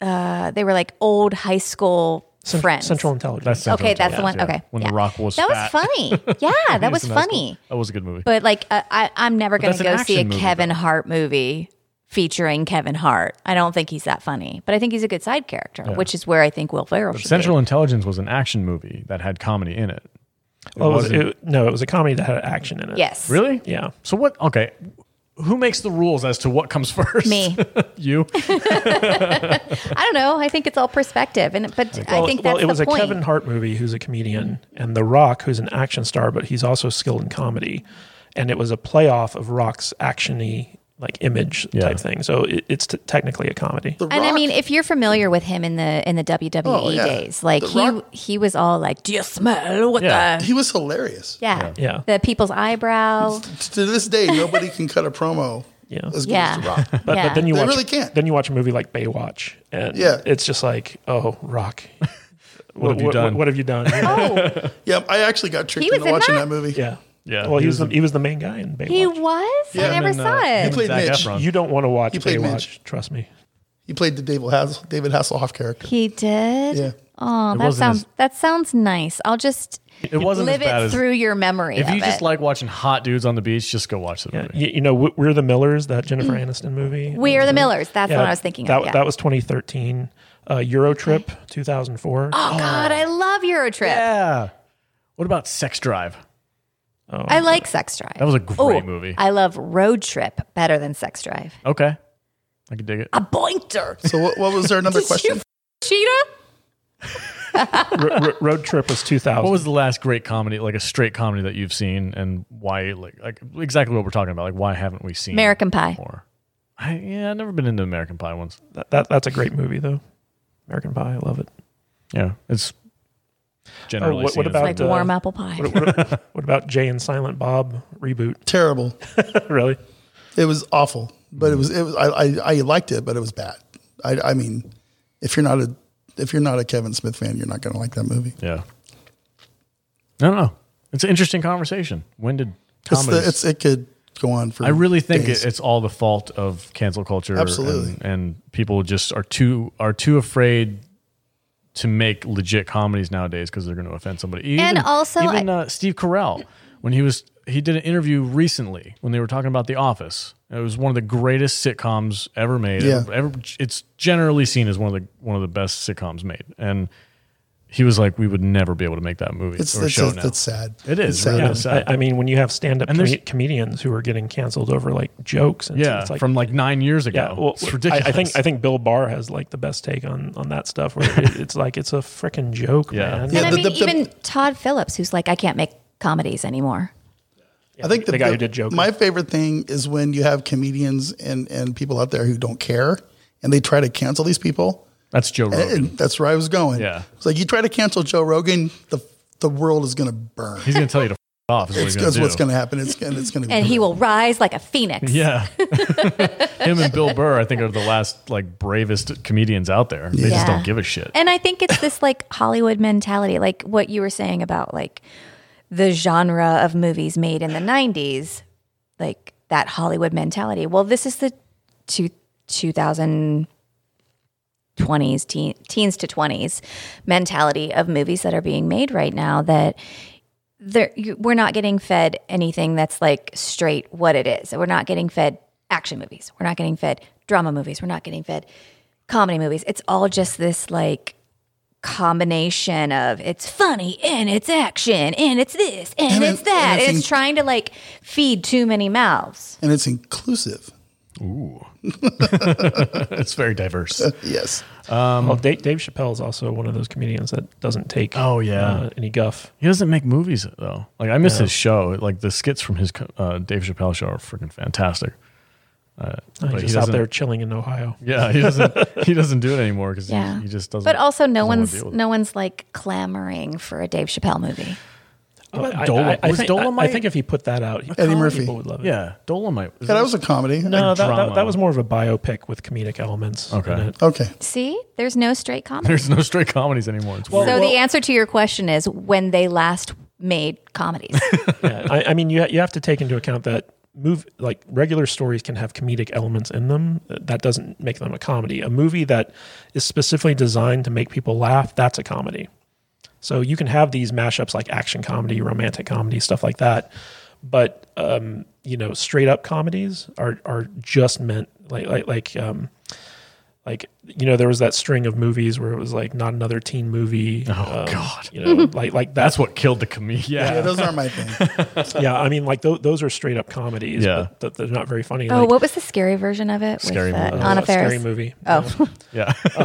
Speaker 1: uh, they were like old high school
Speaker 3: Cent-
Speaker 1: friends.
Speaker 3: Central Intelligence.
Speaker 2: That's Central
Speaker 1: okay, that's the
Speaker 2: Intelligence,
Speaker 1: one.
Speaker 2: yeah.
Speaker 1: Okay,
Speaker 2: When
Speaker 1: yeah.
Speaker 2: The Rock was
Speaker 1: that
Speaker 2: fat.
Speaker 1: was funny. Yeah, that
Speaker 2: He
Speaker 1: was
Speaker 2: in high school.
Speaker 1: funny.
Speaker 2: That was a good movie.
Speaker 1: But like, uh, I, I'm never going
Speaker 2: that's
Speaker 1: to
Speaker 2: an
Speaker 1: go see a
Speaker 2: action movie,
Speaker 1: Kevin
Speaker 2: though.
Speaker 1: Hart movie featuring Kevin Hart. I don't think he's that funny, but I think he's a good side character, which is where I think Will Ferrell should
Speaker 2: Central
Speaker 1: be.
Speaker 2: Intelligence was an action movie that had comedy in it.
Speaker 3: well, Oh, it was,
Speaker 2: wasn't-
Speaker 3: it- no, it was a comedy that had action in it.
Speaker 1: Yes.
Speaker 2: Really?
Speaker 3: Yeah.
Speaker 2: So what? Okay. Who makes the rules as to what comes [LAUGHS] first?
Speaker 1: Me.
Speaker 2: you.
Speaker 1: I don't know. I think it's all perspective, and but I think that's
Speaker 3: well, it was
Speaker 1: the
Speaker 3: a
Speaker 1: point.
Speaker 3: Kevin Hart movie who's a comedian, and The Rock, who's an action star, but he's also skilled in comedy. And it was a playoff of Rock's actiony like image
Speaker 2: Yeah.
Speaker 3: type thing. So it, it's t- technically a comedy.
Speaker 4: the
Speaker 1: And I
Speaker 4: Rock-
Speaker 1: mean, if you're familiar with him in the in the WWE
Speaker 4: Oh, yeah.
Speaker 1: days, like
Speaker 4: The
Speaker 1: he
Speaker 4: Rock-
Speaker 1: he was all like, "Do you smell what
Speaker 2: Yeah.
Speaker 1: the
Speaker 4: he was hilarious.
Speaker 1: yeah.
Speaker 3: Yeah.
Speaker 1: the people's eyebrow?"
Speaker 4: To this day, nobody can cut a promo
Speaker 3: Yeah.
Speaker 4: as good
Speaker 1: Yeah.
Speaker 4: as The Rock.
Speaker 3: [LAUGHS] But,
Speaker 1: Yeah.
Speaker 3: but then you
Speaker 4: They
Speaker 3: watch
Speaker 4: really can't.
Speaker 3: then you watch a movie like Baywatch, and
Speaker 4: Yeah.
Speaker 3: it's just like, oh, Rock,
Speaker 2: What have you done?
Speaker 3: What have you done? Yeah.
Speaker 1: Oh,
Speaker 4: Yeah, I actually got tricked
Speaker 1: He was
Speaker 4: into
Speaker 1: in
Speaker 4: watching
Speaker 1: that?
Speaker 4: that, movie.
Speaker 3: yeah,
Speaker 2: Yeah,
Speaker 3: Well,
Speaker 2: he
Speaker 3: he
Speaker 2: was
Speaker 3: was the,
Speaker 2: a-
Speaker 3: he was the main guy in
Speaker 1: he
Speaker 3: Baywatch.
Speaker 1: was. I never
Speaker 2: And then,
Speaker 1: saw
Speaker 2: uh, him
Speaker 1: it.
Speaker 2: and
Speaker 4: played
Speaker 2: Zac
Speaker 4: Mitch.
Speaker 2: Efron.
Speaker 3: You don't want to watch
Speaker 4: He played
Speaker 3: Baywatch.
Speaker 4: Mitch.
Speaker 3: Trust me.
Speaker 4: He played the David Has- David Hasselhoff character.
Speaker 1: He did.
Speaker 4: Yeah.
Speaker 1: Oh,
Speaker 2: It
Speaker 1: that
Speaker 2: wasn't
Speaker 1: sounds
Speaker 2: as-
Speaker 1: that sounds nice. I'll just
Speaker 2: It wasn't
Speaker 1: live
Speaker 2: as bad
Speaker 1: it
Speaker 2: as
Speaker 1: through your memory.
Speaker 2: If
Speaker 1: of
Speaker 2: you just
Speaker 1: it.
Speaker 2: like watching hot dudes on the beach, just go watch the
Speaker 3: Yeah,
Speaker 2: movie.
Speaker 3: you, you know, We're the Millers, that Jennifer Aniston movie.
Speaker 1: we are Mm. the Millers. That's
Speaker 3: Yeah,
Speaker 1: what I was thinking
Speaker 3: That,
Speaker 1: of. Yeah.
Speaker 3: that was 2013. Uh, Euro Trip
Speaker 1: [GASPS]
Speaker 3: 2004.
Speaker 1: oh, God, I love Eurotrip.
Speaker 2: Yeah. What about Sex Drive?
Speaker 1: I like Sex Drive.
Speaker 2: That was a great
Speaker 1: Ooh,
Speaker 2: movie.
Speaker 1: I love Road Trip better than Sex Drive.
Speaker 2: Okay, I could dig it.
Speaker 1: A bointer.
Speaker 4: So what, what was
Speaker 1: [LAUGHS]
Speaker 4: there another question?
Speaker 1: Cheetah.
Speaker 3: R- R- Road Trip was 2000.
Speaker 2: What was the last great comedy, like a straight comedy that you've seen, and why? Like, like exactly what we're talking about. Like, why haven't we seen
Speaker 1: American Pie.
Speaker 2: More? I, yeah, I've never been into American Pie ones.
Speaker 3: that, that- That's a great movie, though. American Pie. I love it.
Speaker 2: Yeah, it's generally.
Speaker 3: what-
Speaker 2: seen
Speaker 3: what
Speaker 2: as
Speaker 3: about,
Speaker 2: the
Speaker 1: Like
Speaker 3: uh,
Speaker 1: warm apple pie.
Speaker 3: What, what- what about Jay and Silent Bob reboot? [LAUGHS]
Speaker 4: Terrible.
Speaker 3: really?
Speaker 4: It was awful, but it was it was I, I, I liked it, but it was bad. I, I mean, if you're not a if you're not a Kevin Smith fan, you're not going to like that movie.
Speaker 2: Yeah. No, no. It's an interesting conversation. When did
Speaker 4: It's
Speaker 2: comedy?
Speaker 4: the, it's it could go on for.
Speaker 2: I really think
Speaker 4: days.
Speaker 2: it, it's all the fault of cancel culture.
Speaker 4: Absolutely.
Speaker 2: and, and people just are too are too afraid to make legit comedies nowadays because they're going to offend somebody. Even,
Speaker 1: And also
Speaker 2: even
Speaker 1: I-
Speaker 2: uh, Steve Carell, when he was he did an interview recently when they were talking about The Office. It was one of the greatest sitcoms ever made.
Speaker 4: Yeah.
Speaker 2: Ever- it's generally seen as one of the one of the best sitcoms made, and he was like, "We would never be able to make that movie
Speaker 4: It's
Speaker 2: or
Speaker 4: that's,
Speaker 2: show
Speaker 4: just-
Speaker 2: now."
Speaker 4: that's sad.
Speaker 2: It is,
Speaker 4: It's sad.
Speaker 2: really.
Speaker 3: Yeah,
Speaker 2: Yes, I-
Speaker 3: I, I mean, when you have stand-up
Speaker 2: And there's-
Speaker 3: comed- comedians who are getting canceled over like jokes, and
Speaker 2: yeah,
Speaker 3: it's like,
Speaker 2: from like nine years ago.
Speaker 3: yeah, well,
Speaker 2: it's ridiculous.
Speaker 3: I, I think I think Bill Barr has like the best take on on that stuff. Where it, it's like it's a freaking joke,
Speaker 2: Yeah.
Speaker 3: man.
Speaker 4: Yeah,
Speaker 1: and I
Speaker 4: the-
Speaker 1: mean,
Speaker 4: the- the-
Speaker 1: even Todd Phillips, who's like, I can't make comedies anymore.
Speaker 4: I think
Speaker 3: the guy who did Joker.
Speaker 4: My favorite thing is when you have comedians and and people out there who don't care and they try to cancel these people.
Speaker 2: that's Joe
Speaker 4: And,
Speaker 2: Rogan.
Speaker 4: and that's where I was going.
Speaker 2: Yeah.
Speaker 4: it's like you try to cancel Joe Rogan, the the world is going to burn.
Speaker 2: He's going to tell you to f- off. Is what
Speaker 4: It's
Speaker 2: he's going
Speaker 4: that's
Speaker 2: to do.
Speaker 4: what's going to happen. It's and it's going to
Speaker 1: And he will rise like a phoenix. [LAUGHS]
Speaker 2: yeah, him and Bill Burr, I think, are the last like bravest comedians out there. They just
Speaker 1: Yeah.
Speaker 2: don't give a shit.
Speaker 1: And I think it's this like Hollywood mentality, like what you were saying about like the genre of movies made in the 90s, like that Hollywood mentality. Well, this is the two, 2020s, teen, teens to 20s mentality of movies that are being made right now that there you, we're not getting fed anything that's like straight what it is. We're not getting fed action movies. We're not getting fed drama movies. We're not getting fed comedy movies. It's all just this like combination of it's funny and it's action and it's this and,
Speaker 4: And
Speaker 1: it's
Speaker 4: it-
Speaker 1: that.
Speaker 4: and it's
Speaker 1: it's
Speaker 4: in-
Speaker 1: trying to like feed too many mouths.
Speaker 4: and it's inclusive. [LAUGHS]
Speaker 2: Ooh, it's very diverse.
Speaker 4: Yes,
Speaker 3: well, Oh, Dave, Dave Chappelle is also one of those comedians that doesn't take
Speaker 2: Hmm. Oh, yeah.
Speaker 3: uh, any guff.
Speaker 2: He doesn't make movies though. Like I miss his show. Like the skits from his co- uh, Dave Chappelle show are freaking fantastic.
Speaker 1: Oh,
Speaker 2: Uh, but
Speaker 3: He's
Speaker 2: he
Speaker 3: just out
Speaker 2: doesn't-
Speaker 3: there chilling in Ohio.
Speaker 2: [LAUGHS] Yeah, he doesn't.
Speaker 1: [LAUGHS]
Speaker 2: he doesn't do it anymore because
Speaker 1: Yeah.
Speaker 2: he, he just doesn't.
Speaker 1: But also no
Speaker 2: doesn't wanna
Speaker 1: one's
Speaker 2: deal with it.
Speaker 1: no one's like clamoring for a Dave Chappelle movie.
Speaker 3: What
Speaker 2: about Dol- was
Speaker 3: think,
Speaker 2: Dolomite-
Speaker 3: I think if he put that out,
Speaker 4: Eddie Murphy.
Speaker 3: people would love it.
Speaker 2: Yeah, Dolomite. Is
Speaker 4: yeah,
Speaker 2: it-
Speaker 4: that was a comedy.
Speaker 3: No, that, that,
Speaker 2: drama.
Speaker 3: that was more of a biopic with comedic elements. in
Speaker 2: Okay.
Speaker 3: it.
Speaker 4: Okay,
Speaker 1: See? There's no straight comedy.
Speaker 2: [LAUGHS] There's no straight comedies anymore. It's
Speaker 1: so
Speaker 2: weird.
Speaker 1: the answer to your question is when they last made
Speaker 3: [LAUGHS]
Speaker 1: comedies.
Speaker 3: yeah. I, I mean, you ha- you have to take into account that move like regular stories can have comedic elements in them. Uh, That doesn't make them a comedy. A movie that is specifically designed to make people laugh, that's a comedy. So you can have these mashups like action comedy, romantic comedy, stuff like that. But um, you know, straight up comedies are are just meant like like like um, like you know, there was that string of movies where it was like not another teen movie.
Speaker 2: Oh,
Speaker 3: um,
Speaker 2: God.
Speaker 3: You know, like like that
Speaker 2: That's what killed the comedian.
Speaker 4: yeah, those aren't
Speaker 2: [LAUGHS]
Speaker 4: my thing.
Speaker 3: yeah, I mean, like th- those are straight up comedies.
Speaker 2: Yeah.
Speaker 3: but th- they're not very funny.
Speaker 1: Oh,
Speaker 3: like,
Speaker 1: what was the scary version of it?
Speaker 2: Scary
Speaker 1: with,
Speaker 2: movie.
Speaker 1: Uh, Anna
Speaker 3: uh, scary
Speaker 1: Faris.
Speaker 3: movie. Um,
Speaker 1: Oh,
Speaker 2: yeah.
Speaker 1: [LAUGHS]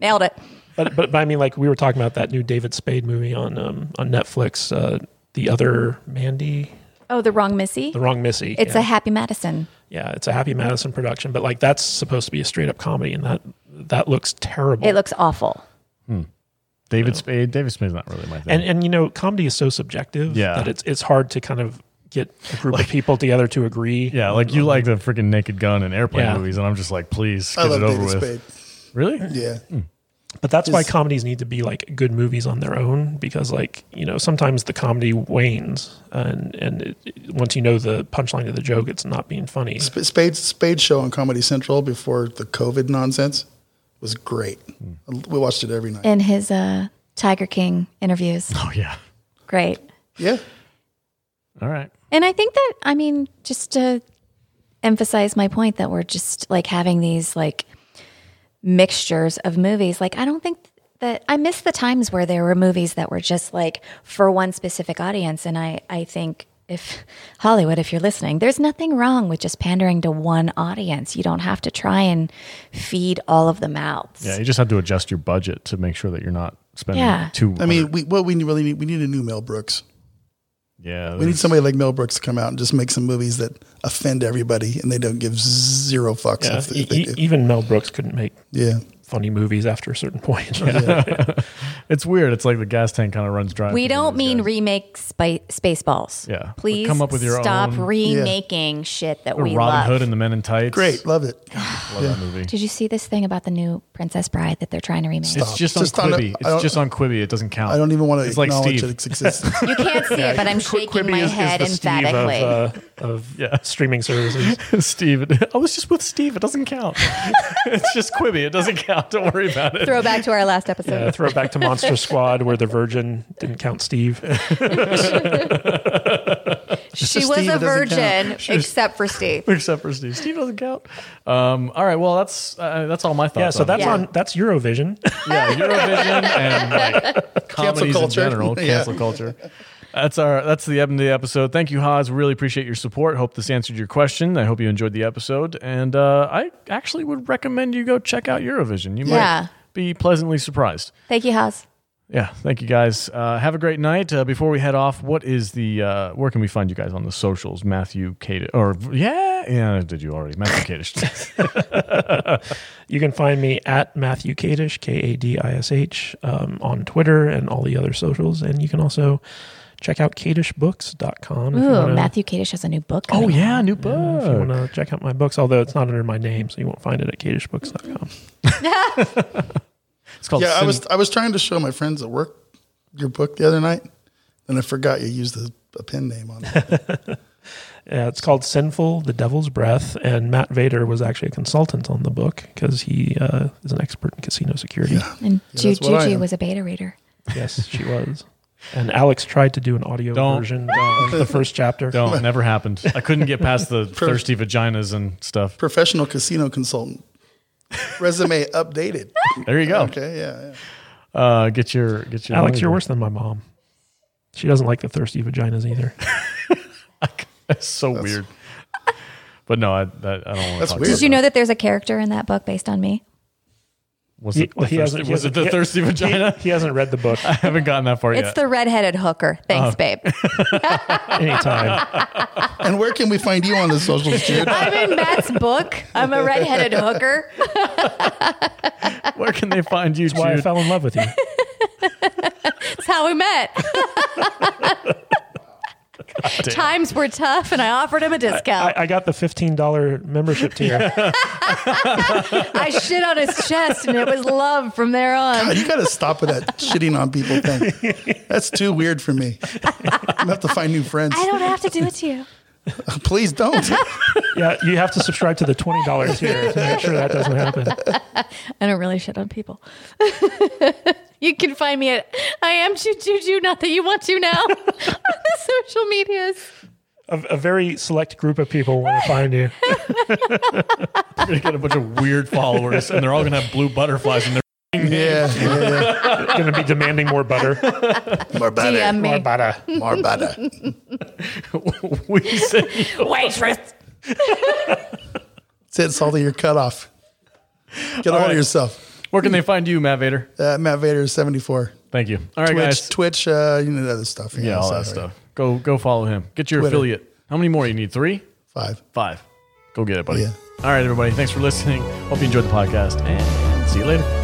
Speaker 1: nailed it.
Speaker 3: but, but but I mean, like we were talking about that new David Spade movie on um, on Netflix, uh, the other Mandy,
Speaker 1: Oh, the wrong Missy.
Speaker 3: the wrong Missy.
Speaker 1: it's
Speaker 3: yeah.
Speaker 1: a Happy Madison.
Speaker 3: yeah, it's a Happy Madison production, but like that's supposed to be a straight up comedy, and that that looks terrible.
Speaker 1: It looks awful.
Speaker 2: David Spade. David Spade's not really my thing.
Speaker 3: and and you know, comedy is so subjective
Speaker 2: Yeah.
Speaker 3: that it's it's hard to kind of get a group of people together to agree.
Speaker 2: yeah, like you like the freaking Naked Gun and airplane
Speaker 3: Mm-hmm. Yeah.
Speaker 2: movies, and I'm just like, please
Speaker 4: I
Speaker 2: get
Speaker 4: love
Speaker 2: it over
Speaker 4: David
Speaker 2: with.
Speaker 4: Spade.
Speaker 2: Really?
Speaker 4: Yeah,
Speaker 3: But that's why
Speaker 4: Is-
Speaker 3: comedies need to be like good movies on their own because like you know sometimes the comedy wanes and and it, it- once you know the punchline of the joke, it's not being funny.
Speaker 4: Sp- Spade Spade show on Comedy Central before the COVID nonsense was great.
Speaker 2: Hmm.
Speaker 4: We watched it every night.
Speaker 1: In his uh, Tiger King interviews,
Speaker 2: [LAUGHS] Oh yeah.
Speaker 1: great.
Speaker 4: Yeah,
Speaker 2: All right.
Speaker 1: And I think that I mean just to emphasize my point that we're just like having these like mixtures of movies. Like I don't think that I miss the times where there were movies that were just like for one specific audience and I I think if Hollywood if you're listening there's nothing wrong with just pandering to one audience. You don't have to try and feed all of the mouths.
Speaker 2: Yeah, you just have to adjust your budget to make sure that you're not spending
Speaker 1: Yeah.
Speaker 2: too.
Speaker 4: I mean, we what we really need we need a new Mel Brooks.
Speaker 2: yeah,
Speaker 4: We need
Speaker 2: there's-
Speaker 4: somebody like Mel Brooks to come out and just make some movies that offend everybody and they don't give zero fucks
Speaker 3: Yeah.
Speaker 4: if, they-
Speaker 3: E-
Speaker 4: if they
Speaker 3: e-
Speaker 4: do.
Speaker 3: even Mel Brooks couldn't make
Speaker 4: yeah.
Speaker 3: funny movies after a certain point.
Speaker 2: It's weird. It's like the gas tank kind of runs dry.
Speaker 1: We
Speaker 2: for some of
Speaker 1: don't
Speaker 2: these
Speaker 1: mean
Speaker 2: guys.
Speaker 1: remake spi- Spaceballs.
Speaker 2: Yeah. But
Speaker 1: Please
Speaker 2: come up with your
Speaker 1: stop
Speaker 2: own-
Speaker 1: remaking shit that
Speaker 2: Or
Speaker 1: we
Speaker 2: Robin
Speaker 1: love.
Speaker 2: Hood and the Men in Tights.
Speaker 4: Great, love it.
Speaker 2: love that movie.
Speaker 1: Did you see this thing about the new Princess Bride that they're trying to remake?
Speaker 2: It's just on
Speaker 4: Just on a-
Speaker 2: Quibi.
Speaker 4: I
Speaker 2: it's
Speaker 4: don't-
Speaker 2: just on Quibi. It doesn't count.
Speaker 4: I don't even want to
Speaker 2: It's like [LAUGHS]
Speaker 4: acknowledge
Speaker 2: Steve.
Speaker 4: its existence.
Speaker 1: you can't see it, but I'm shaking my head emphatically.
Speaker 3: of, uh, of
Speaker 2: Yeah.
Speaker 3: streaming [LAUGHS] services.
Speaker 2: [LAUGHS] Steve, I was just with Steve. It doesn't
Speaker 4: [LAUGHS]
Speaker 2: count. it's just Quibi. It doesn't count. Don't worry about it.
Speaker 1: Throwback to our last episode.
Speaker 3: Uh, throw it back to Monster Squad where the virgin didn't count [LAUGHS] Steve.
Speaker 1: she
Speaker 4: just
Speaker 1: was
Speaker 4: Steve,
Speaker 1: a
Speaker 4: it doesn't count.
Speaker 1: virgin, except for Steve.
Speaker 2: [LAUGHS] Except for Steve. Steve doesn't count. Um, all right. Well, that's uh, that's all my thoughts.
Speaker 3: Yeah, so
Speaker 2: on
Speaker 3: that's
Speaker 2: it.
Speaker 1: Yeah.
Speaker 3: on that's Eurovision.
Speaker 2: yeah, Eurovision and
Speaker 3: [LAUGHS]
Speaker 2: like comedies in
Speaker 4: culture.
Speaker 2: general,
Speaker 4: Yeah.
Speaker 2: cancel culture. That's our that's the end of the episode. Thank you, Haas. Really appreciate your support. Hope this answered your question. I hope you enjoyed the episode, and uh, I actually would recommend you go check out Eurovision. You might
Speaker 1: Yeah.
Speaker 2: be pleasantly surprised.
Speaker 1: Thank you, Haas.
Speaker 2: Yeah, thank you guys. Uh, have a great night. Uh, before we head off, what is the uh, where can we find you guys on the socials? Matthew Kadish, or yeah, yeah, did you already Matthew Kadish?
Speaker 3: You can find me at Matthew Kadish, K A D I S H, um, on Twitter and all the other socials. And you can also check out kadishbooks.com. if you
Speaker 1: Ooh,
Speaker 3: wanna-
Speaker 1: Matthew Kadish has a new book.
Speaker 2: oh
Speaker 1: coming
Speaker 2: yeah, new book.
Speaker 3: If you want to check out my books, although it's not under my name, so you won't find it at kadishbooks.com.
Speaker 2: it's called
Speaker 4: yeah, I
Speaker 2: Sin-
Speaker 4: was I was trying to show my friends at work your book the other night, and I forgot you used a, a pen name on
Speaker 2: [LAUGHS]
Speaker 4: it.
Speaker 3: Uh, it's called Sinful, The Devil's Breath. And Matt Vader was actually a consultant on the book because he uh, is an expert in casino security.
Speaker 4: Yeah.
Speaker 1: And
Speaker 4: Yeah,
Speaker 1: Ju-
Speaker 4: that's what I
Speaker 1: Juju
Speaker 4: am.
Speaker 1: was a beta reader.
Speaker 3: Yes, she was. And Alex tried to do an audio
Speaker 2: Don't.
Speaker 3: version of the first
Speaker 2: [LAUGHS]
Speaker 3: chapter.
Speaker 2: Don't. Never happened. I couldn't get past the thirsty vaginas and stuff.
Speaker 4: Professional casino consultant. Resume updated.
Speaker 2: There you go.
Speaker 4: Okay, yeah, yeah.
Speaker 2: Uh, get your get your
Speaker 3: Alex, you're worse than my mom. She doesn't like the thirsty vaginas either.
Speaker 2: [LAUGHS] That's so weird. But no, I, that, I don't want to talk
Speaker 4: That's weird.
Speaker 2: about
Speaker 1: Did you know that there's a character in that book based on me?
Speaker 2: that. Was
Speaker 3: He-
Speaker 2: it the
Speaker 3: well, he
Speaker 2: thirsty,
Speaker 3: hasn't- he
Speaker 2: was it
Speaker 3: hasn't-
Speaker 2: the
Speaker 3: [LAUGHS] he-
Speaker 2: thirsty vagina?
Speaker 3: He hasn't read the book
Speaker 2: I haven't gotten that far
Speaker 1: It's
Speaker 2: yet.
Speaker 1: the redheaded hooker. Thanks, babe.
Speaker 3: anytime.
Speaker 4: And where can we find you on the socials, dude?
Speaker 1: I'm in Matt's book. I'm a redheaded hooker.
Speaker 2: [LAUGHS] Where can they find you,
Speaker 3: Why
Speaker 2: [LAUGHS]
Speaker 3: I
Speaker 2: Jude?
Speaker 3: fell in love with you.
Speaker 1: That's how we met. Times were tough, and I offered him a
Speaker 3: I,
Speaker 1: discount. I,
Speaker 3: I got the $15 membership tier.
Speaker 1: shit on his chest, and it was love from there on.
Speaker 4: God, Ah, you got to stop with that shitting on people thing. That's too weird for me. I'm gonna have to find new friends.
Speaker 1: I don't have to do it to you.
Speaker 4: Please don't.
Speaker 3: Yeah, you have to subscribe to the $20 tier to make sure that doesn't happen.
Speaker 1: I don't really shit on people. [LAUGHS] you can find me at I am Juju. Not that you want to now [LAUGHS] on the social medias.
Speaker 3: A, a very select group of people want to find you.
Speaker 2: You're gonna get a bunch of
Speaker 3: [LAUGHS]
Speaker 2: weird followers, and they're all gonna have blue butterflies in their.
Speaker 4: yeah, yeah,
Speaker 3: Going to be demanding more butter.
Speaker 4: yeah. More butter.
Speaker 1: DM
Speaker 3: More
Speaker 1: me.
Speaker 3: butter.
Speaker 4: More butter.
Speaker 2: we say
Speaker 1: Waitress.
Speaker 4: That's it. It's all that you're cut off. Get a hold
Speaker 2: right.
Speaker 4: of yourself.
Speaker 2: Where can they find you, Matt Vader?
Speaker 4: Uh, Matt Vader is 74.
Speaker 2: Thank you. All right,
Speaker 4: Twitch,
Speaker 2: guys.
Speaker 4: Twitch, uh, you know the other stuff.
Speaker 2: yeah, all that
Speaker 4: sorry.
Speaker 2: stuff. Go go follow him. Get your
Speaker 4: Twitter.
Speaker 2: affiliate. How many more you need? Three,
Speaker 4: Five.
Speaker 2: five. Go get it, buddy.
Speaker 4: Yeah.
Speaker 2: All right, everybody. Thanks for listening. Hope you enjoyed the podcast, and see you later.